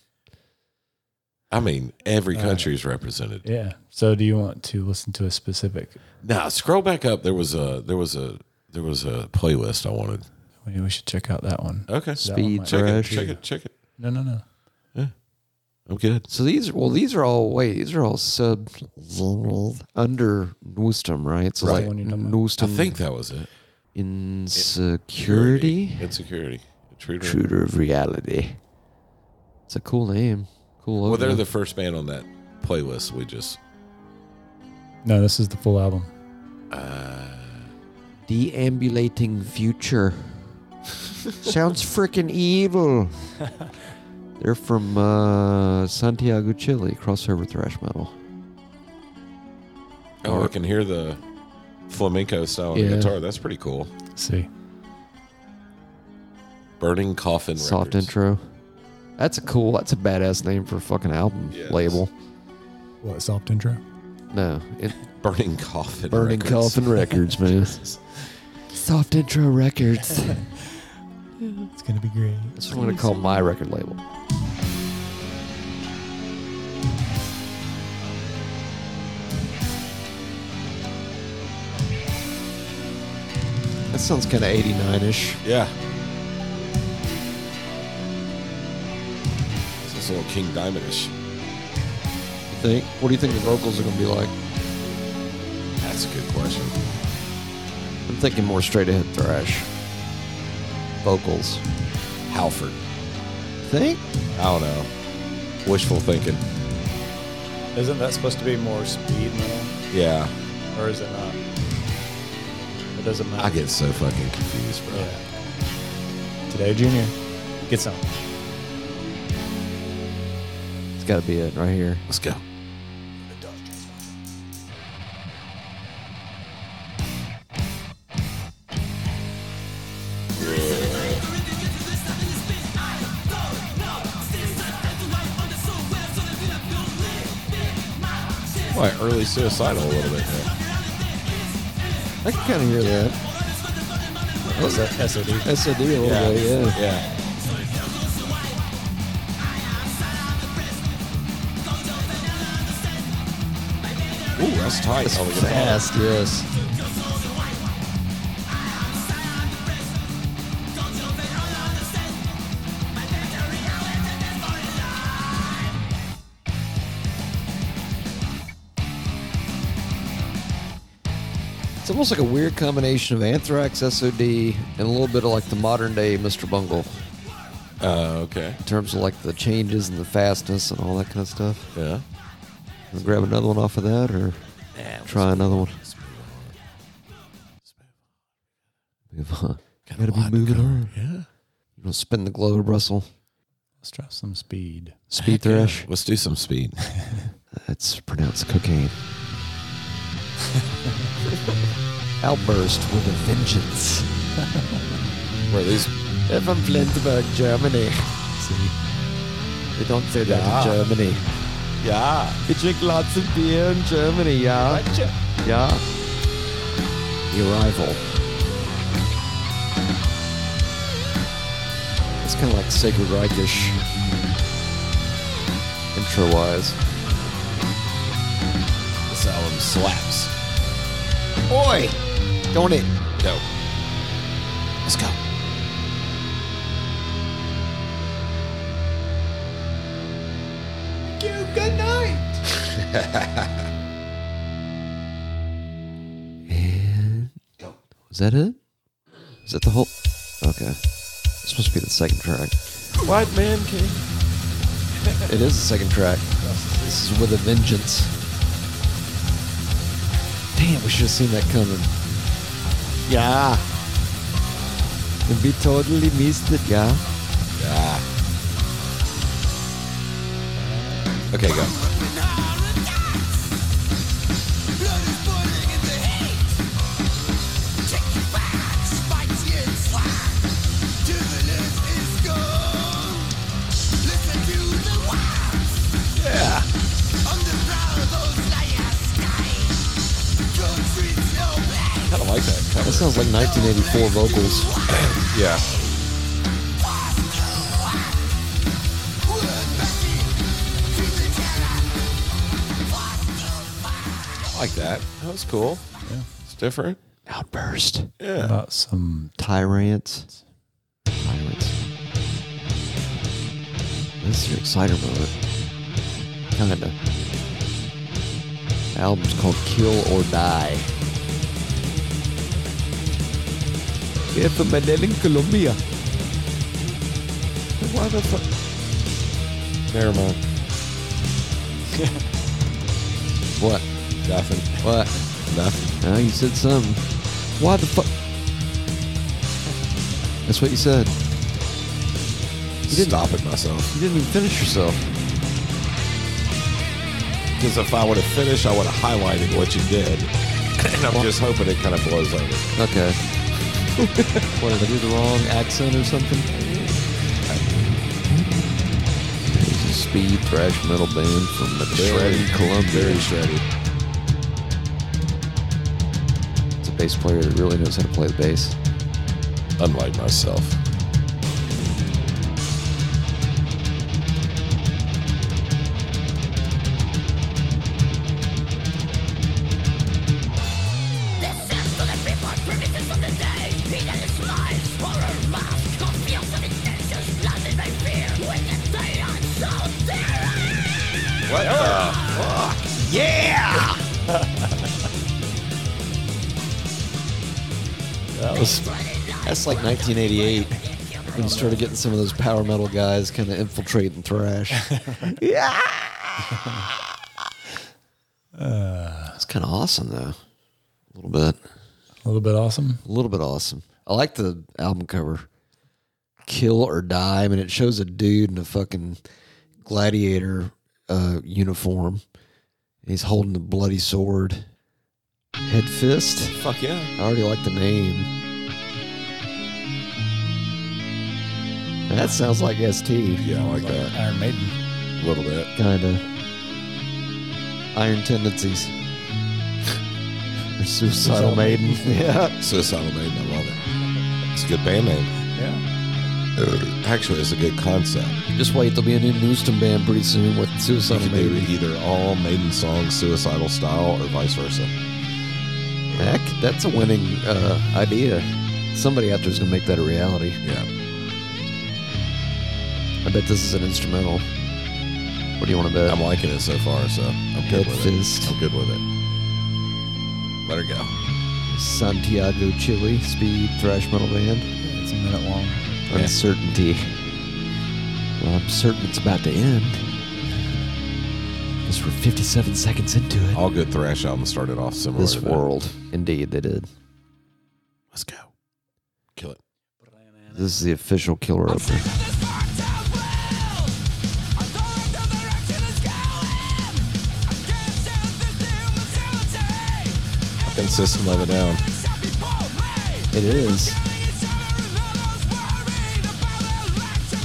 [SPEAKER 3] I mean, every
[SPEAKER 1] Uh,
[SPEAKER 3] country is represented.
[SPEAKER 2] Yeah. So do you want to listen to a specific?
[SPEAKER 3] Now, scroll back up. There was a there was a there was a playlist I wanted.
[SPEAKER 2] Maybe we should check out that one.
[SPEAKER 3] Okay,
[SPEAKER 1] Speed
[SPEAKER 2] might-
[SPEAKER 3] check it,
[SPEAKER 1] thrash.
[SPEAKER 3] check it, check it.
[SPEAKER 2] No, no, no.
[SPEAKER 3] I'm good.
[SPEAKER 1] So these, well, these are all wait, these are all sub under Newstom, right? So
[SPEAKER 2] Right.
[SPEAKER 1] like
[SPEAKER 2] One you're talking about.
[SPEAKER 3] I
[SPEAKER 1] Newstom
[SPEAKER 3] think that was it.
[SPEAKER 1] insecurity,
[SPEAKER 3] insecurity, intruder.
[SPEAKER 1] intruder of reality. It's a cool name. Cool.
[SPEAKER 3] Well, they're
[SPEAKER 1] logo.
[SPEAKER 3] the first band on that playlist. We just
[SPEAKER 2] No, this is the full album.
[SPEAKER 1] Deambulating future. Sounds freaking evil. They're from uh, Santiago, Chile, crossover thrash metal.
[SPEAKER 3] Oh, I can hear the flamenco style
[SPEAKER 1] Yeah.
[SPEAKER 3] guitar. That's pretty cool.
[SPEAKER 2] see.
[SPEAKER 3] Burning Coffin
[SPEAKER 1] Soft
[SPEAKER 3] Records.
[SPEAKER 1] intro. That's a cool, that's a badass name for a fucking album
[SPEAKER 3] Yes.
[SPEAKER 1] label.
[SPEAKER 2] What soft intro?
[SPEAKER 1] No, it,
[SPEAKER 3] Burning Coffin
[SPEAKER 1] Burning
[SPEAKER 3] Records.
[SPEAKER 1] Coffin Records, man. Soft Intro Records.
[SPEAKER 2] It's gonna be great.
[SPEAKER 1] That's what I'm going to call my record label. That sounds kind of 89 ish.
[SPEAKER 3] Yeah. It's this little King Diamondish.
[SPEAKER 1] You think? What do you think the vocals are going to be like?
[SPEAKER 3] That's a good question.
[SPEAKER 1] I'm thinking more straight ahead thrash. Vocals.
[SPEAKER 3] Halford.
[SPEAKER 1] Think?
[SPEAKER 3] I don't know. Wishful thinking.
[SPEAKER 2] Isn't that supposed to be more speed metal,
[SPEAKER 3] Yeah.
[SPEAKER 2] or is it not? It doesn't matter.
[SPEAKER 3] I get so fucking confused, bro.
[SPEAKER 2] Yeah. Today, Junior, get some.
[SPEAKER 1] It's got to be it right here.
[SPEAKER 3] Let's go. Why early suicidal a little bit there.
[SPEAKER 1] I can kind of hear that.
[SPEAKER 2] Is that SOD?
[SPEAKER 1] SOD a little bit, yeah.
[SPEAKER 3] yeah. Ooh, that's tight.
[SPEAKER 1] That's
[SPEAKER 3] Oh, look at that.
[SPEAKER 1] fast, yes. It's almost like a weird combination of Anthrax, SOD, and a little bit of like the modern day Mr. Bungle
[SPEAKER 3] Uh, okay.
[SPEAKER 1] in terms of like the changes and the fastness and all that kind of stuff.
[SPEAKER 3] Yeah.
[SPEAKER 1] Wanna grab another one off of that or try another one? Move on. uh, Gotta be moving on.
[SPEAKER 3] Yeah.
[SPEAKER 1] You don't spin the globe, Russell.
[SPEAKER 2] Let's try some speed.
[SPEAKER 1] Speed thrash.
[SPEAKER 3] Let's do some speed.
[SPEAKER 1] That's pronounced cocaine. Outburst with a vengeance.
[SPEAKER 3] Where these
[SPEAKER 1] If I'm Flintberg, Germany.
[SPEAKER 2] See,
[SPEAKER 1] They don't say that in Germany.
[SPEAKER 3] Yeah.
[SPEAKER 1] We drink lots of beer in Germany, yeah. Yeah. The arrival. It's kind of like Sacred Reichish intro wise.
[SPEAKER 3] This album um, slaps.
[SPEAKER 1] Oi! Don't it?
[SPEAKER 3] No. Let's go.
[SPEAKER 1] Was that it? Is that the whole? Okay. It's supposed to be the second track.
[SPEAKER 3] White man king.
[SPEAKER 1] It is the second track. This is with a vengeance. Damn, we should have seen that coming. Yeah. And we totally missed it, yeah.
[SPEAKER 3] Yeah. Okay, go. Kind of like that
[SPEAKER 1] That
[SPEAKER 3] cover.
[SPEAKER 1] sounds like 1984 vocals.
[SPEAKER 3] Yeah. I like that. That was cool.
[SPEAKER 2] Yeah.
[SPEAKER 3] It's different.
[SPEAKER 1] Outburst.
[SPEAKER 3] Yeah.
[SPEAKER 2] about some
[SPEAKER 1] Tyrants. Tyrants. This is your exciter moment. Kinda. The album's called Kill or Die. Yeah, from Medellin, Colombia. Why the fuck?
[SPEAKER 3] Never mind.
[SPEAKER 1] What?
[SPEAKER 3] Nothing.
[SPEAKER 1] What?
[SPEAKER 3] Nothing.
[SPEAKER 1] No, you said something. Why the fuck? That's what you said. You didn't-
[SPEAKER 3] Stopping myself.
[SPEAKER 1] You didn't even finish yourself.
[SPEAKER 3] Because if I would have finished, I would have highlighted what you did. And I'm just hoping it kind of blows over.
[SPEAKER 1] Okay. what did I do? The wrong accent or something? There's a speed thrash metal band from McLaren,
[SPEAKER 3] Very
[SPEAKER 1] Columbia.
[SPEAKER 3] shreddy.
[SPEAKER 1] It's a bass player that really knows how to play the bass.
[SPEAKER 3] Unlike myself. What the?
[SPEAKER 2] That was
[SPEAKER 1] That's like 1988 when you started getting some of those power metal guys kind of infiltrating thrash. yeah. it's kind of awesome though. A little bit.
[SPEAKER 2] a little bit awesome.
[SPEAKER 1] A little bit awesome. I like the album cover. Kill or die. I mean, it shows a dude in a fucking gladiator uh, uniform. He's holding a bloody sword. Head fist.
[SPEAKER 3] Fuck yeah.
[SPEAKER 1] I already like the name. That sounds like ST,
[SPEAKER 3] Yeah, I like that.
[SPEAKER 2] Iron Maiden.
[SPEAKER 3] A little bit.
[SPEAKER 1] kinda. Iron tendencies. or suicidal
[SPEAKER 2] Suicidal
[SPEAKER 1] maiden. yeah.
[SPEAKER 3] Suicidal Maiden, I love it. It's a good band name.
[SPEAKER 2] Yeah.
[SPEAKER 3] Uh, Actually, it's a good concept.
[SPEAKER 1] Just wait, there'll be a new Newston band pretty soon with
[SPEAKER 3] You
[SPEAKER 1] suicidal
[SPEAKER 3] can do
[SPEAKER 1] maiden.
[SPEAKER 3] either all Maiden songs suicidal style or vice versa.
[SPEAKER 1] Heck, that's a winning uh, idea. Somebody out there's gonna make that a reality.
[SPEAKER 3] Yeah.
[SPEAKER 1] I bet this is an instrumental. What do you want to bet?
[SPEAKER 3] I'm liking it so far, so I'm
[SPEAKER 1] Head
[SPEAKER 3] good with
[SPEAKER 1] fist.
[SPEAKER 3] it. I'm good with it. Let her go.
[SPEAKER 1] Santiago, Chile, speed thrash metal band.
[SPEAKER 2] It's a minute long.
[SPEAKER 1] uncertainty. Well, I'm certain it's about to end. Because we're 57 seconds into it.
[SPEAKER 3] All good thrash albums started off similar.
[SPEAKER 1] this
[SPEAKER 3] to that.
[SPEAKER 1] world. Indeed, they did.
[SPEAKER 3] Let's go. Kill it.
[SPEAKER 1] This is the official killer opener.
[SPEAKER 3] Fucking system let it down.
[SPEAKER 1] It is.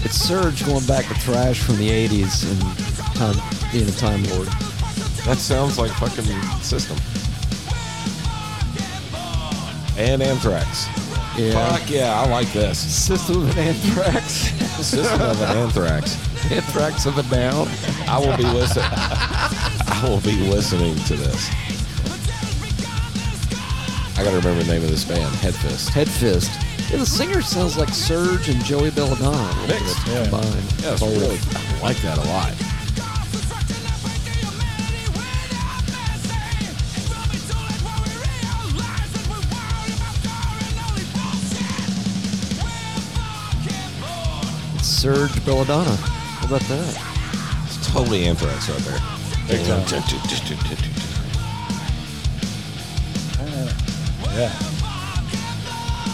[SPEAKER 1] It's Surge going back to thrash from the 80s and time, being a Time Lord.
[SPEAKER 3] That sounds like fucking system. And Anthrax.
[SPEAKER 1] Yeah.
[SPEAKER 3] Fuck yeah, I like this.
[SPEAKER 1] System of an Anthrax.
[SPEAKER 3] System of an Anthrax.
[SPEAKER 1] anthrax of a Down.
[SPEAKER 3] I will be listening. I will be listening to this. I gotta remember the name of this band, Headfist.
[SPEAKER 1] Head fist. Yeah, the singer sounds like Surge and Joey Belladonna.
[SPEAKER 3] Mixed.
[SPEAKER 1] Yeah. Combined.
[SPEAKER 3] Yeah, it's really. I like that a lot.
[SPEAKER 1] Serge Belladonna. How about that?
[SPEAKER 3] It's totally Anthrax right there.
[SPEAKER 2] Yeah.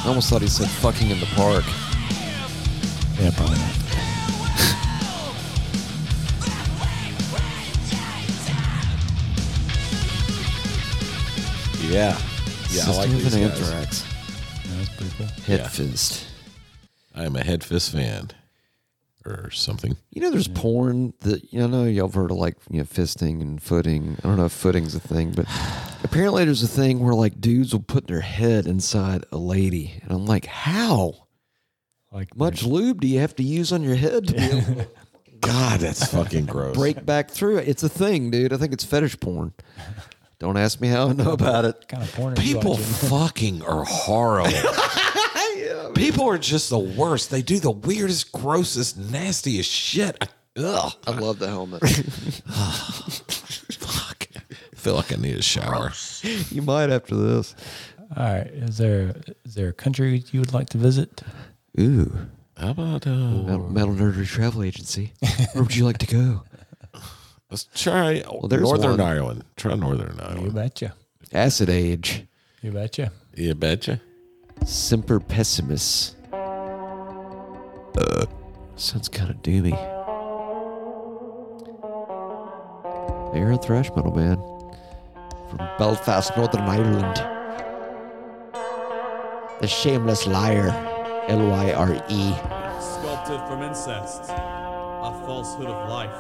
[SPEAKER 1] I almost thought he said fucking in the park.
[SPEAKER 2] Yeah, probably not.
[SPEAKER 3] Yeah, yeah, I like
[SPEAKER 1] System of
[SPEAKER 3] these
[SPEAKER 1] an
[SPEAKER 3] guys.
[SPEAKER 1] Anthrax.
[SPEAKER 2] Yeah, that's pretty cool.
[SPEAKER 1] Head
[SPEAKER 3] Yeah.
[SPEAKER 1] fist.
[SPEAKER 3] I am a Headfist fan, or something.
[SPEAKER 1] You know, there's porn that you know. I know Y'all have heard of like you know fisting and footing. I don't know if footing's a thing, but apparently there's a thing where like dudes will put their head inside a lady, and I'm like, how
[SPEAKER 2] Like
[SPEAKER 1] much lube do you have to use on your head to be able to
[SPEAKER 3] God, that's fucking gross.
[SPEAKER 1] break back through it? It's a thing, dude. I think it's fetish porn. Don't ask me how I know about it.
[SPEAKER 2] kind of porn. are you
[SPEAKER 3] People
[SPEAKER 2] watching?
[SPEAKER 3] fucking are horrible. People are just the worst. They do the weirdest, grossest, nastiest shit. I, ugh.
[SPEAKER 1] I love the helmet.
[SPEAKER 3] Fuck. I feel like I need a shower.
[SPEAKER 1] you might after this.
[SPEAKER 2] All right. Is there is there a country you would like to visit?
[SPEAKER 1] Ooh.
[SPEAKER 3] How about uh,
[SPEAKER 1] Metal, Metal Nerdery Travel Agency. Where would you like to go?
[SPEAKER 3] let's try
[SPEAKER 1] there's
[SPEAKER 3] Northern
[SPEAKER 1] one.
[SPEAKER 3] Ireland. Try Northern
[SPEAKER 2] You
[SPEAKER 3] Ireland.
[SPEAKER 2] betcha.
[SPEAKER 1] Acid Age.
[SPEAKER 2] You betcha.
[SPEAKER 3] You betcha.
[SPEAKER 1] Semper Pessimus. Uh, Sounds kind of doomy. They're a thrash metal band from Belfast, Northern Ireland. The Shameless Liar, L Y R E.
[SPEAKER 6] sculpted from incest, a falsehood of life,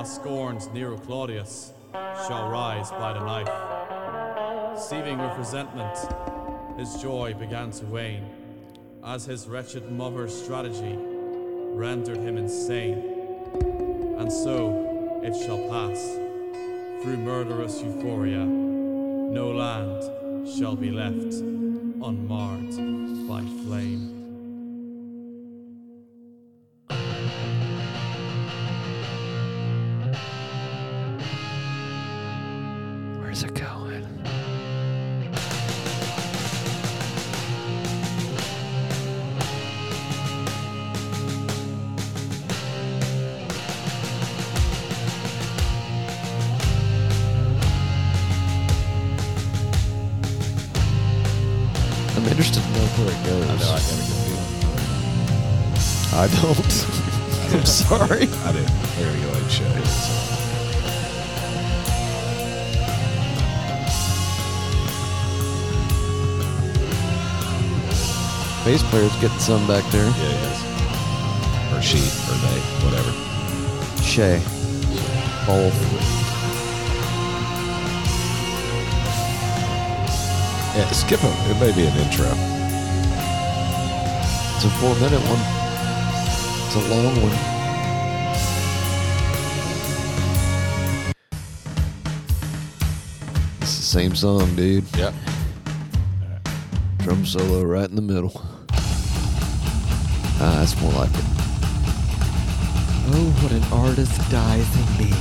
[SPEAKER 6] a scorned Nero Claudius shall rise by the knife. Seething with resentment, his joy began to wane, as his wretched mother's strategy rendered him insane. And so it shall pass through murderous euphoria. No land shall be left unmarred by flame.
[SPEAKER 1] Where's it going? I'm interested to know where it goes. I know, I never I don't. I'm sorry.
[SPEAKER 3] I did. There we go. I'd show you.
[SPEAKER 1] Bass player's getting some back there.
[SPEAKER 3] Yeah, yes. Or she, or they, whatever.
[SPEAKER 1] Shay. Both.
[SPEAKER 3] Yeah, skip them. It may be an intro.
[SPEAKER 1] It's a four minute one. It's a long one. It's the same song, dude.
[SPEAKER 3] Yep.
[SPEAKER 1] Drum solo right in the middle. Ah, that's more like it. Oh, what an artist dies in me.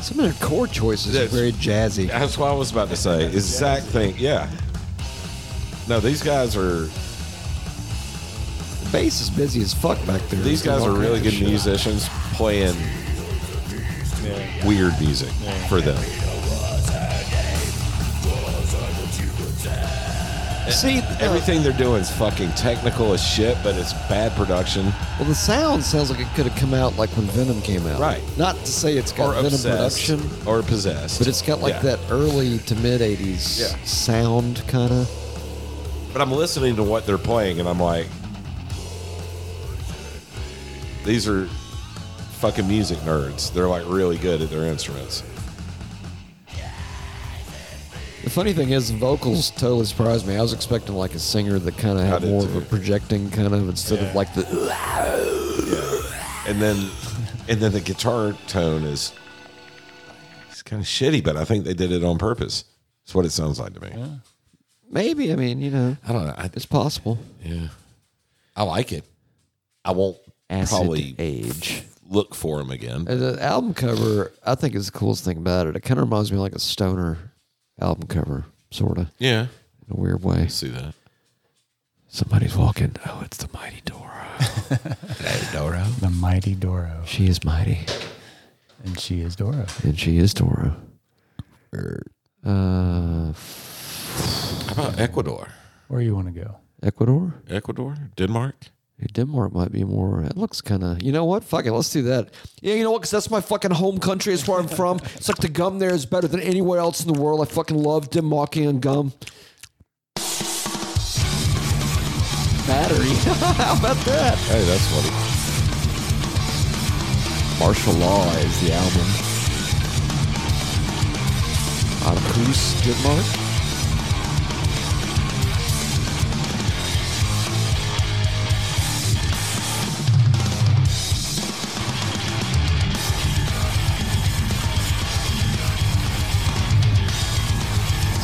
[SPEAKER 1] Some of their chord choices are
[SPEAKER 3] That's-
[SPEAKER 1] very jazzy.
[SPEAKER 3] That's what I was about to say. Is Zach think? Yeah. No, these guys are.
[SPEAKER 1] The bass is busy as fuck back there.
[SPEAKER 3] These guys are really good musicians playing weird music for them.
[SPEAKER 1] See,
[SPEAKER 3] Everything they're doing is fucking technical as shit, but it's bad production.
[SPEAKER 1] Well, the sound sounds like it could have come out like when Venom came out.
[SPEAKER 3] Right.
[SPEAKER 1] Not to say it's got
[SPEAKER 3] Or
[SPEAKER 1] Venom
[SPEAKER 3] obsessed.
[SPEAKER 1] production,
[SPEAKER 3] Or possessed.
[SPEAKER 1] but it's got like
[SPEAKER 3] Yeah.
[SPEAKER 1] that early to mid 80s
[SPEAKER 3] Yeah.
[SPEAKER 1] sound kind of.
[SPEAKER 3] But I'm listening to what they're playing, and I'm like, these are fucking music nerds. They're like really good at their instruments.
[SPEAKER 1] The funny thing is, the vocals totally surprised me. I was expecting like a singer that kind of had
[SPEAKER 3] did
[SPEAKER 1] more of
[SPEAKER 3] too.
[SPEAKER 1] a projecting kind of instead of like the.
[SPEAKER 3] And then, and then the guitar tone is it's kind of shitty, but I think they did it on purpose. That's what it sounds like to me.
[SPEAKER 1] Maybe, I mean, you know,
[SPEAKER 3] I don't know. I,
[SPEAKER 1] it's possible.
[SPEAKER 3] yeah, I like it. I won't
[SPEAKER 1] Acid
[SPEAKER 3] probably
[SPEAKER 1] Age.
[SPEAKER 3] look for them again.
[SPEAKER 1] And the album cover, I think, is the coolest thing about it. It kind of reminds me of like a stoner album cover, sort of,
[SPEAKER 3] Yeah,
[SPEAKER 1] in a weird way.
[SPEAKER 3] see that.
[SPEAKER 1] Somebody's walking. Oh, it's the mighty Dora.
[SPEAKER 3] Doro.
[SPEAKER 2] The mighty Doro.
[SPEAKER 1] she is mighty,
[SPEAKER 2] And she is Doro.
[SPEAKER 1] and she is Dora. Uh,
[SPEAKER 3] How about Ecuador?
[SPEAKER 2] Where you want to go?
[SPEAKER 1] Ecuador.
[SPEAKER 3] Ecuador, Denmark.
[SPEAKER 1] Yeah, Denmark might be more. It looks kind of. You know what? Fuck it. Let's do that. Yeah, you know what? Because that's my fucking home country. It's where I'm from. it's like the gum there is better than anywhere else in the world. I fucking love Denmarkian gum. Battery. How about that?
[SPEAKER 3] Hey, that's funny.
[SPEAKER 1] Martial Law is the album. Out of Koos, Denmark.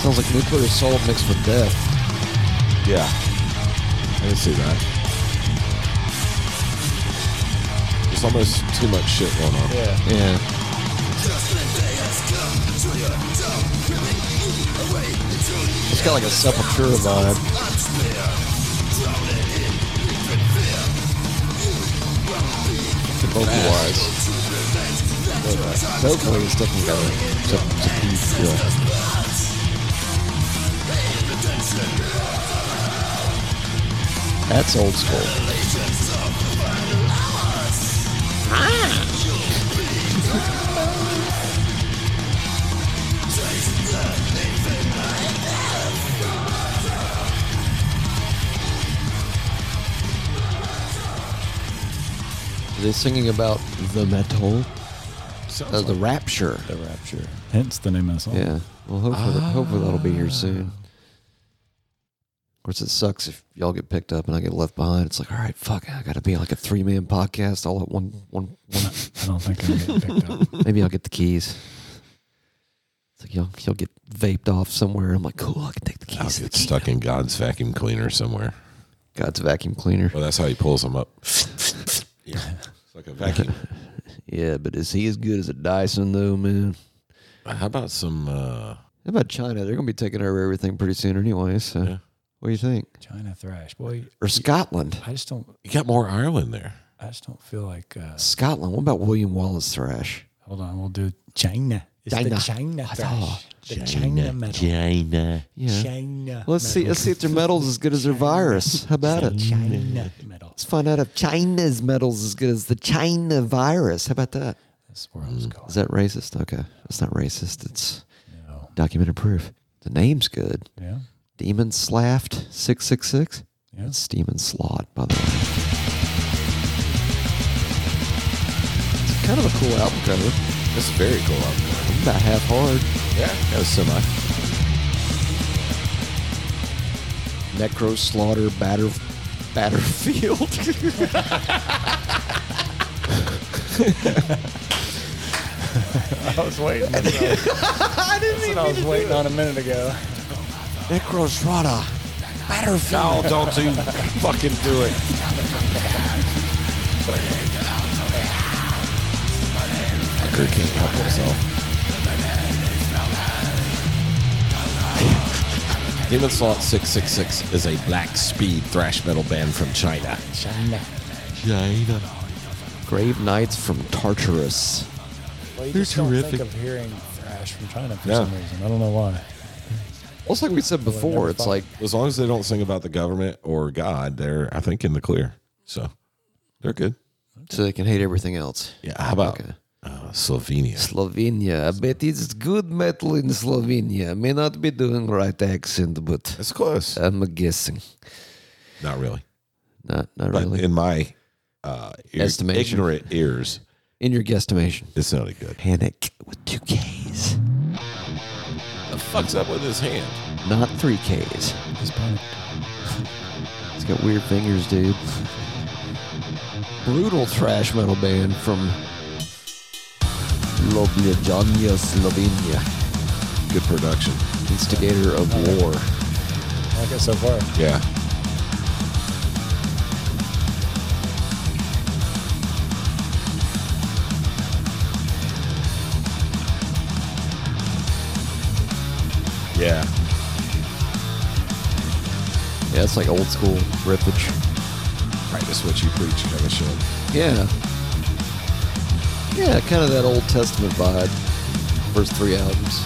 [SPEAKER 1] Sounds like nuclear assault mixed with death.
[SPEAKER 3] Yeah. I can see that. There's almost too much shit going on. Yeah.
[SPEAKER 1] Yeah. It's got like a Sepultura vibe.
[SPEAKER 3] Vocal wise.
[SPEAKER 1] Vocally, it's definitely got a Sep- Sepultura feel. That's old school. Are they singing about the metal? Uh, the rapture.
[SPEAKER 2] The Rapture. Hence the name of the song.
[SPEAKER 1] Yeah. Well, hopefully, hopefully that'll be here soon. Of course, it sucks if y'all get picked up and I get left behind. It's like, all right, fuck, I got to be like a three man podcast all at one, one, one.
[SPEAKER 2] I don't think I'm getting picked up.
[SPEAKER 1] Maybe I'll get the keys. It's like y'all, y'all get vaped off somewhere. I'm like, cool, I can take the
[SPEAKER 3] I'll
[SPEAKER 1] keys. to the
[SPEAKER 3] get
[SPEAKER 1] key-
[SPEAKER 3] stuck in God's vacuum cleaner somewhere.
[SPEAKER 1] God's vacuum cleaner.
[SPEAKER 3] Well, that's how he pulls them up. yeah. It's like a vacuum.
[SPEAKER 1] Yeah, but is he as good as a Dyson though, man?
[SPEAKER 3] How about some uh,
[SPEAKER 1] How about China? They're gonna be taking over everything pretty soon anyway. So,
[SPEAKER 3] Yeah.
[SPEAKER 1] what do you think?
[SPEAKER 2] China Thrash. Boy,
[SPEAKER 1] Or Scotland?
[SPEAKER 2] I just don't.
[SPEAKER 3] You got more Ireland there.
[SPEAKER 2] I just don't feel like. Uh,
[SPEAKER 1] Scotland. What about William Wallace Thrash?
[SPEAKER 2] hold on, we'll do China. It's
[SPEAKER 1] China.
[SPEAKER 2] the China
[SPEAKER 1] I
[SPEAKER 2] Thrash.
[SPEAKER 1] thought-
[SPEAKER 2] The China metal.
[SPEAKER 3] China.
[SPEAKER 1] Yeah.
[SPEAKER 2] China.
[SPEAKER 1] Let's see.
[SPEAKER 2] metal.
[SPEAKER 1] Let's see if their metal's as good as their virus. How about it?
[SPEAKER 2] China metal.
[SPEAKER 1] Let's find out if China's metal's as good as the China virus. How about that?
[SPEAKER 2] That's where I was going.
[SPEAKER 1] Is that racist? Okay, that's not racist. It's
[SPEAKER 2] No.
[SPEAKER 1] documented proof. The name's good.
[SPEAKER 2] Yeah.
[SPEAKER 1] Demon Slaft six six six.
[SPEAKER 2] Yeah.
[SPEAKER 1] It's Demon Slot, by the way. It's kind of a cool album cover.
[SPEAKER 3] That's very cool. Album.
[SPEAKER 1] About half hard.
[SPEAKER 3] Yeah.
[SPEAKER 1] That was semi. Necro Slaughter Batter Batterfield.
[SPEAKER 2] I was waiting. I didn't even I was waiting on a minute ago.
[SPEAKER 1] Necro Slaughter Batterfield.
[SPEAKER 3] Oh, don't you fucking do it. Fucker can't help himself. Demon Slot 666 is a black speed thrash metal band from China.
[SPEAKER 2] China.
[SPEAKER 3] China.
[SPEAKER 1] Grave Knights from Tartarus.
[SPEAKER 2] Well, you
[SPEAKER 3] They're
[SPEAKER 2] just don't
[SPEAKER 3] terrific.
[SPEAKER 2] think of hearing thrash from China for
[SPEAKER 3] No.
[SPEAKER 2] some reason. I don't know why.
[SPEAKER 1] Well, it's like we said before, it's like
[SPEAKER 3] As long as they don't sing about the government or God, they're, I think, in the clear. So they're good.
[SPEAKER 1] so they can hate everything else.
[SPEAKER 3] Yeah. How about
[SPEAKER 1] Okay.
[SPEAKER 3] uh, Slovenia?
[SPEAKER 1] Slovenia. I bet it's good metal in Slovenia. May not be doing right accent, but
[SPEAKER 3] It's close.
[SPEAKER 1] I'm guessing.
[SPEAKER 3] Not really.
[SPEAKER 1] Not not
[SPEAKER 3] But
[SPEAKER 1] really.
[SPEAKER 3] in my uh, ir-
[SPEAKER 1] Estimation.
[SPEAKER 3] ignorant ears,
[SPEAKER 1] in your guesstimation.
[SPEAKER 3] it sounded good.
[SPEAKER 1] Panic with two K's.
[SPEAKER 3] The fuck's up with his hand?
[SPEAKER 1] Not three K's.
[SPEAKER 2] It's panic.
[SPEAKER 1] It's got weird fingers, dude. Brutal thrash metal band from Ljubljana, Slovenia.
[SPEAKER 3] Good production.
[SPEAKER 1] Instigator of war.
[SPEAKER 2] I like it so far.
[SPEAKER 3] Yeah. Yeah.
[SPEAKER 1] Yeah, it's like old school rippage.
[SPEAKER 3] Practice what you preach kind of shit.
[SPEAKER 1] Yeah. Yeah, kind of that Old Testament vibe. First three albums.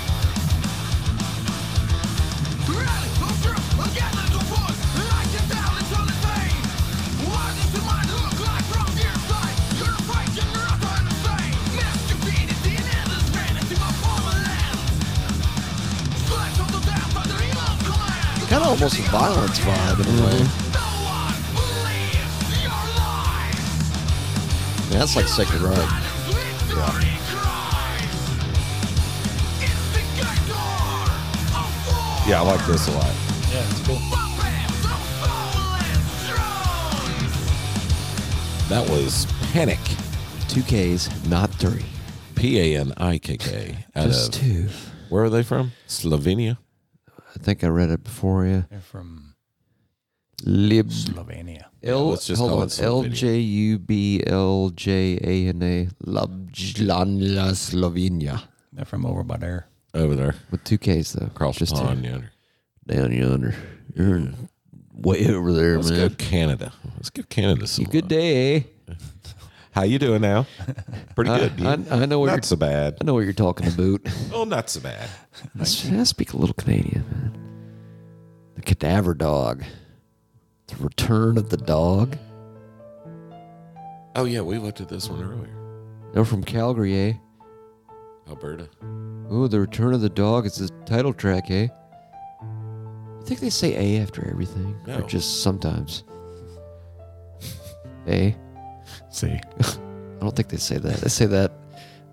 [SPEAKER 1] Kind of almost a violence vibe in a way. Yeah, that's like Sacred Right.
[SPEAKER 3] Yeah, I like this a lot.
[SPEAKER 2] Yeah, it's cool.
[SPEAKER 3] That was Panic.
[SPEAKER 1] Two K's, not three.
[SPEAKER 3] P A N I K K. Out
[SPEAKER 1] Just
[SPEAKER 3] of
[SPEAKER 1] two.
[SPEAKER 3] where are they from? Slovenia.
[SPEAKER 1] I think I read it before, yeah.
[SPEAKER 2] They're from
[SPEAKER 1] Lib.
[SPEAKER 2] Slovenia.
[SPEAKER 1] L,
[SPEAKER 3] let's just
[SPEAKER 1] hold
[SPEAKER 3] call
[SPEAKER 1] on.
[SPEAKER 3] it
[SPEAKER 1] L
[SPEAKER 3] Slovenia.
[SPEAKER 1] J U B L J A N A. Ljubljana, Slovenia.
[SPEAKER 2] They're from over by there.
[SPEAKER 3] Over there.
[SPEAKER 1] With two K's, though.
[SPEAKER 3] Across the
[SPEAKER 1] Just
[SPEAKER 3] pond.
[SPEAKER 1] here.
[SPEAKER 3] Yeah.
[SPEAKER 1] Down yonder. You're in- way over there,
[SPEAKER 3] Let's
[SPEAKER 1] man.
[SPEAKER 3] go Canada. Let's give Canada some.
[SPEAKER 1] Good
[SPEAKER 3] love.
[SPEAKER 1] day.
[SPEAKER 3] How you doing now? Pretty good. dude.
[SPEAKER 1] I, I know what
[SPEAKER 3] not
[SPEAKER 1] you're,
[SPEAKER 3] so bad.
[SPEAKER 1] I know what you're talking about.
[SPEAKER 3] Oh, not so bad.
[SPEAKER 1] I speak a little Canadian, man. The cadaver dog. The return of the dog.
[SPEAKER 3] Oh yeah, we looked at this one earlier.
[SPEAKER 1] They're from Calgary, eh?
[SPEAKER 3] Alberta.
[SPEAKER 1] Ooh, The Return of the Dog is the title track, eh? You think they say A after everything?
[SPEAKER 3] No.
[SPEAKER 1] Or just sometimes? A?
[SPEAKER 2] See,
[SPEAKER 1] I don't think they say that. They say that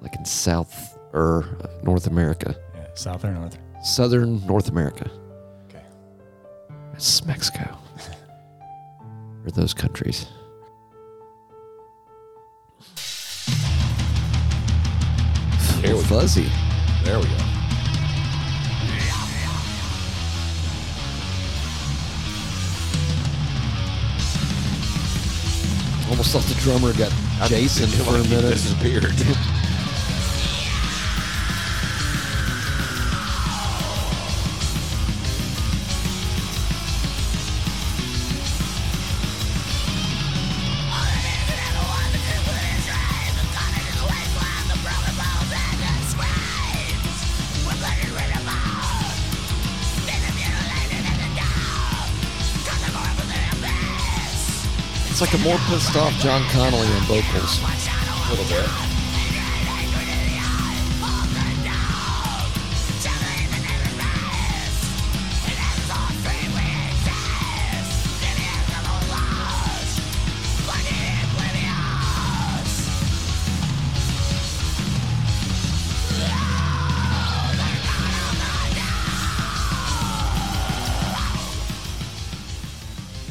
[SPEAKER 1] like in South or North America.
[SPEAKER 2] yeah, south or north?
[SPEAKER 1] Southern North America.
[SPEAKER 2] Okay.
[SPEAKER 1] That's Mexico. or those countries.
[SPEAKER 3] There we go.
[SPEAKER 1] Fuzzy.
[SPEAKER 3] There we go.
[SPEAKER 1] Almost thought the drummer got Jason
[SPEAKER 3] It
[SPEAKER 1] for a
[SPEAKER 3] like he
[SPEAKER 1] minute.
[SPEAKER 3] Disappeared.
[SPEAKER 1] It's like a more pissed off John Connolly on vocals.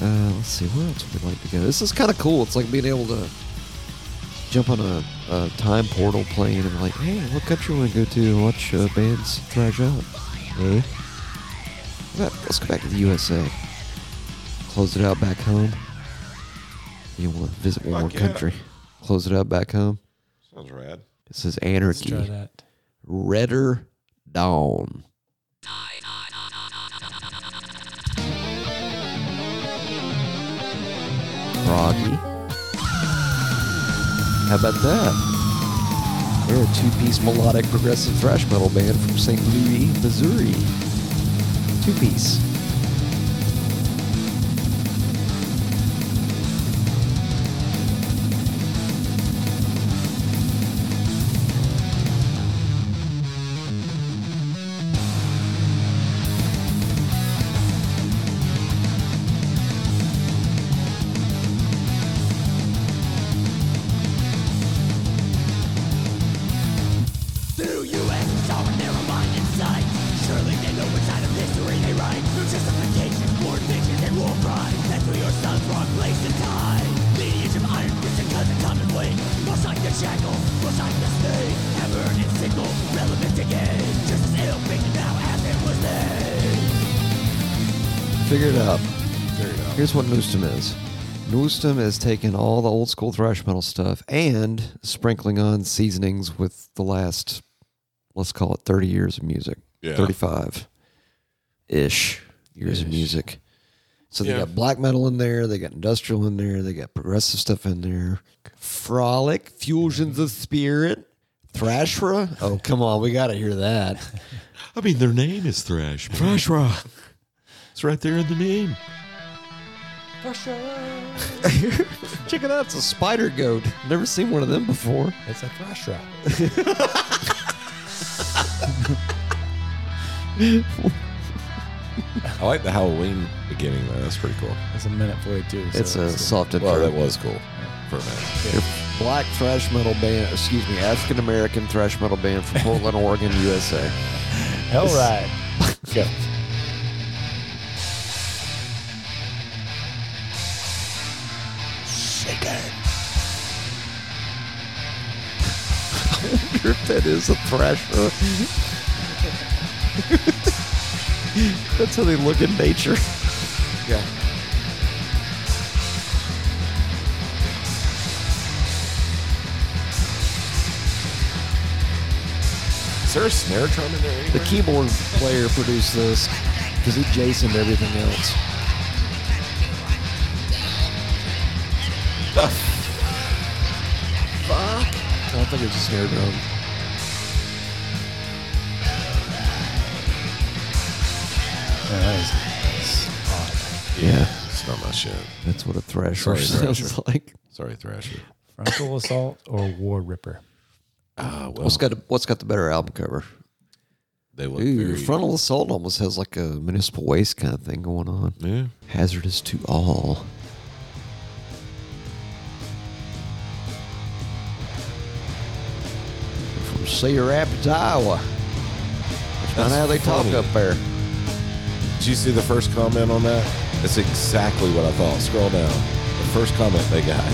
[SPEAKER 1] Uh, let's see, where else would we like to go? This is kind of cool. It's like being able to jump on a, a time portal plane and like, hey, what country want to go to and watch uh, bands thrash out? Hey, let's go back to the USA. Close it out back home. You want to visit one more
[SPEAKER 3] Fuck yeah.
[SPEAKER 1] country? Close it out back home.
[SPEAKER 3] Sounds rad.
[SPEAKER 1] This is
[SPEAKER 2] Let's try
[SPEAKER 1] anarchy.
[SPEAKER 2] that.
[SPEAKER 1] Redder Dawn. Froggy. How about that? They're a two-piece melodic progressive thrash metal band from St. Louis, Missouri. Two-piece. Figure it out. Here's what Noostum is. Noostum is taking all the old school thrash metal stuff and sprinkling on seasonings with the last, let's call it 30 years of music.
[SPEAKER 3] Yeah.
[SPEAKER 1] 35 ish years of music. So they
[SPEAKER 3] Yeah.
[SPEAKER 1] got black metal in there, they got industrial in there, they got progressive stuff in there. Frolic, Fusions of Spirit, Thrashra. Oh, come on, we got to hear that.
[SPEAKER 3] I mean, their name is Thrash. Thrash Rock. It's right there in the name.
[SPEAKER 1] Check it out, it's a spider goat. Never seen one of them before.
[SPEAKER 2] It's a thrash rock.
[SPEAKER 3] I like the Halloween beginning though. That's pretty cool.
[SPEAKER 2] It's a minute 42. So
[SPEAKER 1] It's a soft intro.
[SPEAKER 3] Well, that was cool for a minute.
[SPEAKER 1] black thrash metal band, excuse me, African American thrash metal band from Portland, Oregon, USA.
[SPEAKER 2] Hell right. Go.
[SPEAKER 1] wonder if that is a thrasher. That's how they look in nature. Yeah.
[SPEAKER 3] Is there a snare drum in there?
[SPEAKER 1] The
[SPEAKER 3] anywhere?
[SPEAKER 1] keyboard player produced this because he jasoned everything else. I don't think it's a snare drum.
[SPEAKER 3] Yeah, it's not my shit.
[SPEAKER 1] That's what a thrasher
[SPEAKER 3] Sorry,
[SPEAKER 1] sounds like.
[SPEAKER 3] Sorry, Thrasher.
[SPEAKER 2] Frontal assault or war ripper?
[SPEAKER 3] Ah, well,
[SPEAKER 1] What's got a, what's got the better album cover?
[SPEAKER 3] they look
[SPEAKER 1] Ooh,
[SPEAKER 3] very
[SPEAKER 1] frontal assault almost has like a municipal waste kind of thing going on.
[SPEAKER 3] Yeah,
[SPEAKER 1] Hazardous to all. From Cedar Rapids, Iowa. That's not
[SPEAKER 3] That's
[SPEAKER 1] how they
[SPEAKER 3] funny.
[SPEAKER 1] talk up there.
[SPEAKER 3] Did you see the first comment on that? That's exactly what I thought. Scroll down. The first comment they got.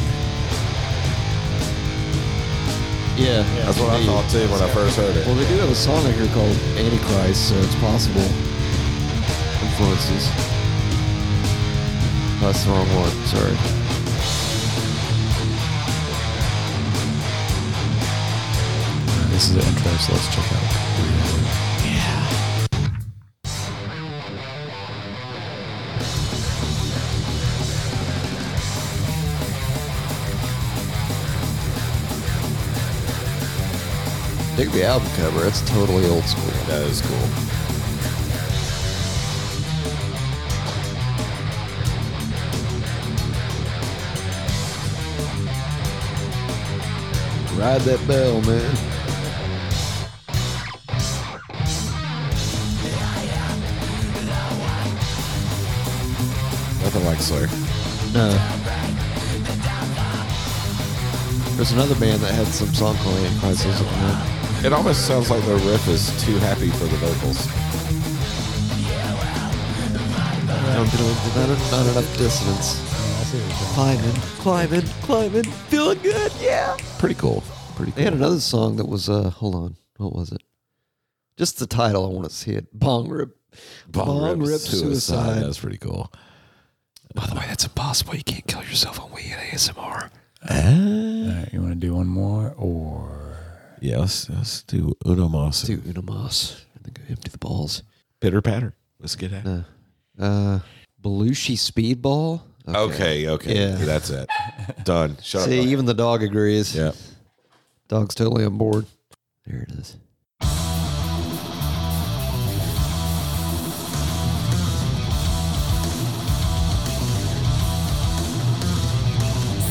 [SPEAKER 1] Yeah,
[SPEAKER 3] That's what I thought too when I first heard
[SPEAKER 1] Well,
[SPEAKER 3] it.
[SPEAKER 1] they do have a song in here called Antichrist, so it's possible influences. That's the wrong one. Sorry.
[SPEAKER 2] This is the intro, so let's check out.
[SPEAKER 1] Dig the album cover. It's totally old school.
[SPEAKER 3] That is cool.
[SPEAKER 1] Ride that bell, man.
[SPEAKER 3] Nothing like Slayer.
[SPEAKER 1] No. There's another band that had some song called Antichrist. It was like, man,
[SPEAKER 3] It almost sounds like the riff is too happy for the vocals.
[SPEAKER 1] not enough- not, not enough dissonance. Climbing, climbing, climbing, feeling good, yeah.
[SPEAKER 3] Pretty cool. Pretty cool.
[SPEAKER 1] They had another song that was uh hold on, what was it? Just the title, I want to see it. Bong Rip.
[SPEAKER 3] That's pretty cool.
[SPEAKER 1] By the way, that's impossible. You can't kill yourself on weed ASMR.
[SPEAKER 2] All right, you want to do one more or
[SPEAKER 3] Yeah, let's, let's do Uno Mas.
[SPEAKER 1] Do Unamas. And then go empty the balls.
[SPEAKER 3] Pitter patter. Let's get at it.
[SPEAKER 1] No. Uh Belushi Speedball.
[SPEAKER 3] Okay, okay.
[SPEAKER 1] Yeah.
[SPEAKER 3] That's it. Done. Shut
[SPEAKER 1] See,
[SPEAKER 3] up.
[SPEAKER 1] even the dog agrees.
[SPEAKER 3] yeah.
[SPEAKER 1] Dog's totally on board. There it is.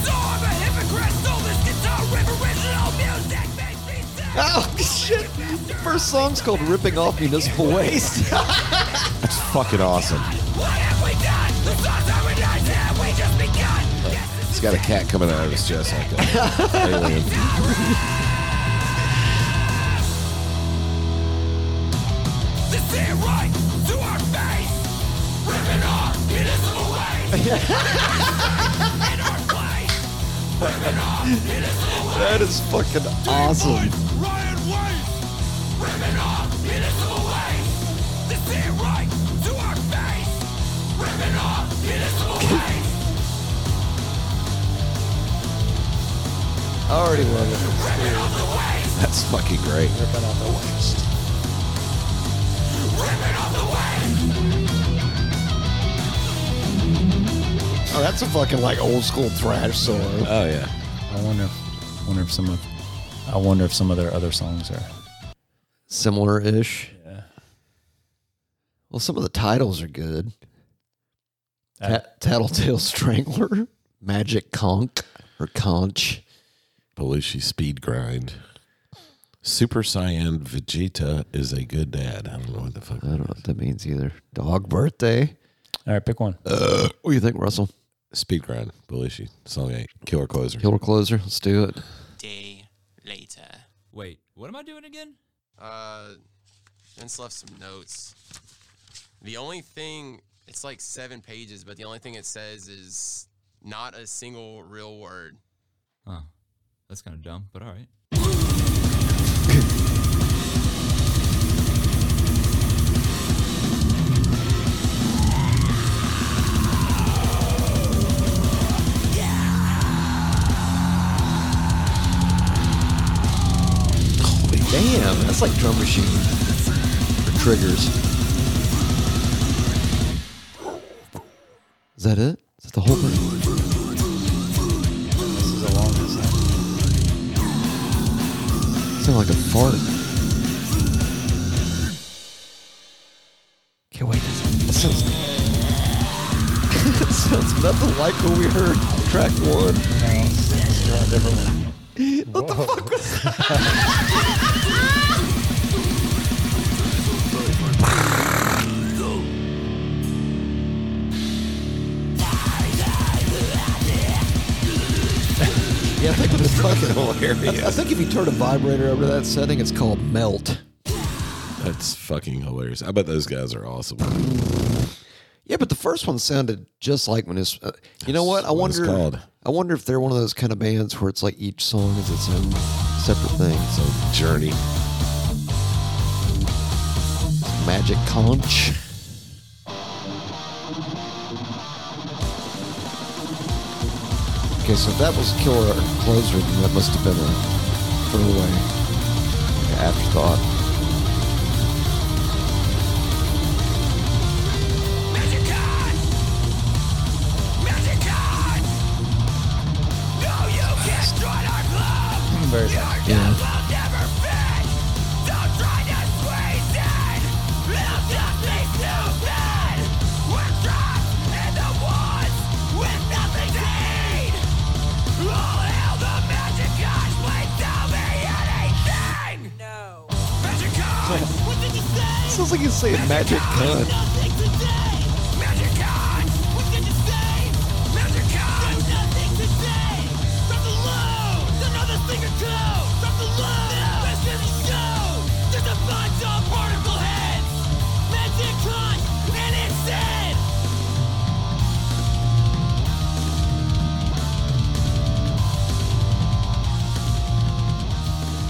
[SPEAKER 7] So I'm a hypocrite, so this guitar river original music makes me sick.
[SPEAKER 1] Oh shit! The first song's called Ripping Off Municipal Waste.
[SPEAKER 3] It's fucking awesome.
[SPEAKER 7] What have we done? The thoughts are realized that we just begun. Yes, this
[SPEAKER 3] He's got a cat coming out of his chest like that. Alien.
[SPEAKER 7] is the sea right to our face. Ripping off municipal waste. In our place. Ripping off municipal waste.
[SPEAKER 1] that is fucking awesome.
[SPEAKER 7] Ryan waste. Ripping off municipal waste. The sea right to our face. Ripping off municipal waste.
[SPEAKER 1] I already love it.
[SPEAKER 3] That's fucking great.
[SPEAKER 7] Ripping off the waste.
[SPEAKER 1] Oh, that's a fucking like old school thrash song.
[SPEAKER 3] Oh yeah.
[SPEAKER 2] I wonder if, wonder if some of I wonder if some of their other songs are
[SPEAKER 1] Similar ish. Yeah. Well, some of the titles are good. Ta- Tattletale Strangler, Magic Conch or Conch.
[SPEAKER 3] Belushi speed grind. Super Saiyan Vegeta is a good dad. I don't know what the fuck.
[SPEAKER 1] I don't know what that means either. Dog birthday.
[SPEAKER 2] All right, pick one.
[SPEAKER 1] What do you think, Russell?
[SPEAKER 3] Speed grind. Belushi song eight. Killer closer.
[SPEAKER 1] Killer closer. Let's do it.
[SPEAKER 8] day later.
[SPEAKER 9] Wait, what am I doing again?
[SPEAKER 8] Uh, Vince left some notes. The only thing, it's like seven pages, but the only thing it says is not a single real word.
[SPEAKER 9] Huh. That's kind of dumb, but all right.
[SPEAKER 3] Holy
[SPEAKER 1] Damn, that's like drum machine for triggers. Is that it? Is that the whole thing?
[SPEAKER 2] This is the longest.
[SPEAKER 1] Sound like a fart. Okay, wait. That that sounds. that sounds nothing like what we heard on track one. Yeah, I think with the fucking
[SPEAKER 3] Hilarious.
[SPEAKER 1] I think if you turn a vibrator over to that setting, it's called melt.
[SPEAKER 3] That's fucking hilarious. I bet those guys are awesome.
[SPEAKER 1] Yeah, but the first one sounded just like when it's. Uh, you know what? I
[SPEAKER 3] what it's
[SPEAKER 1] wonder.
[SPEAKER 3] called.
[SPEAKER 1] I wonder if they're one of those kind of bands where it's like each song is its own separate thing. So
[SPEAKER 3] Journey.
[SPEAKER 1] Magic Conch. Okay, so if that was Killer Closer, then that must have been a throwaway like an afterthought.
[SPEAKER 2] Very fast.
[SPEAKER 1] Yeah. Sounds like he's saying magic cunt.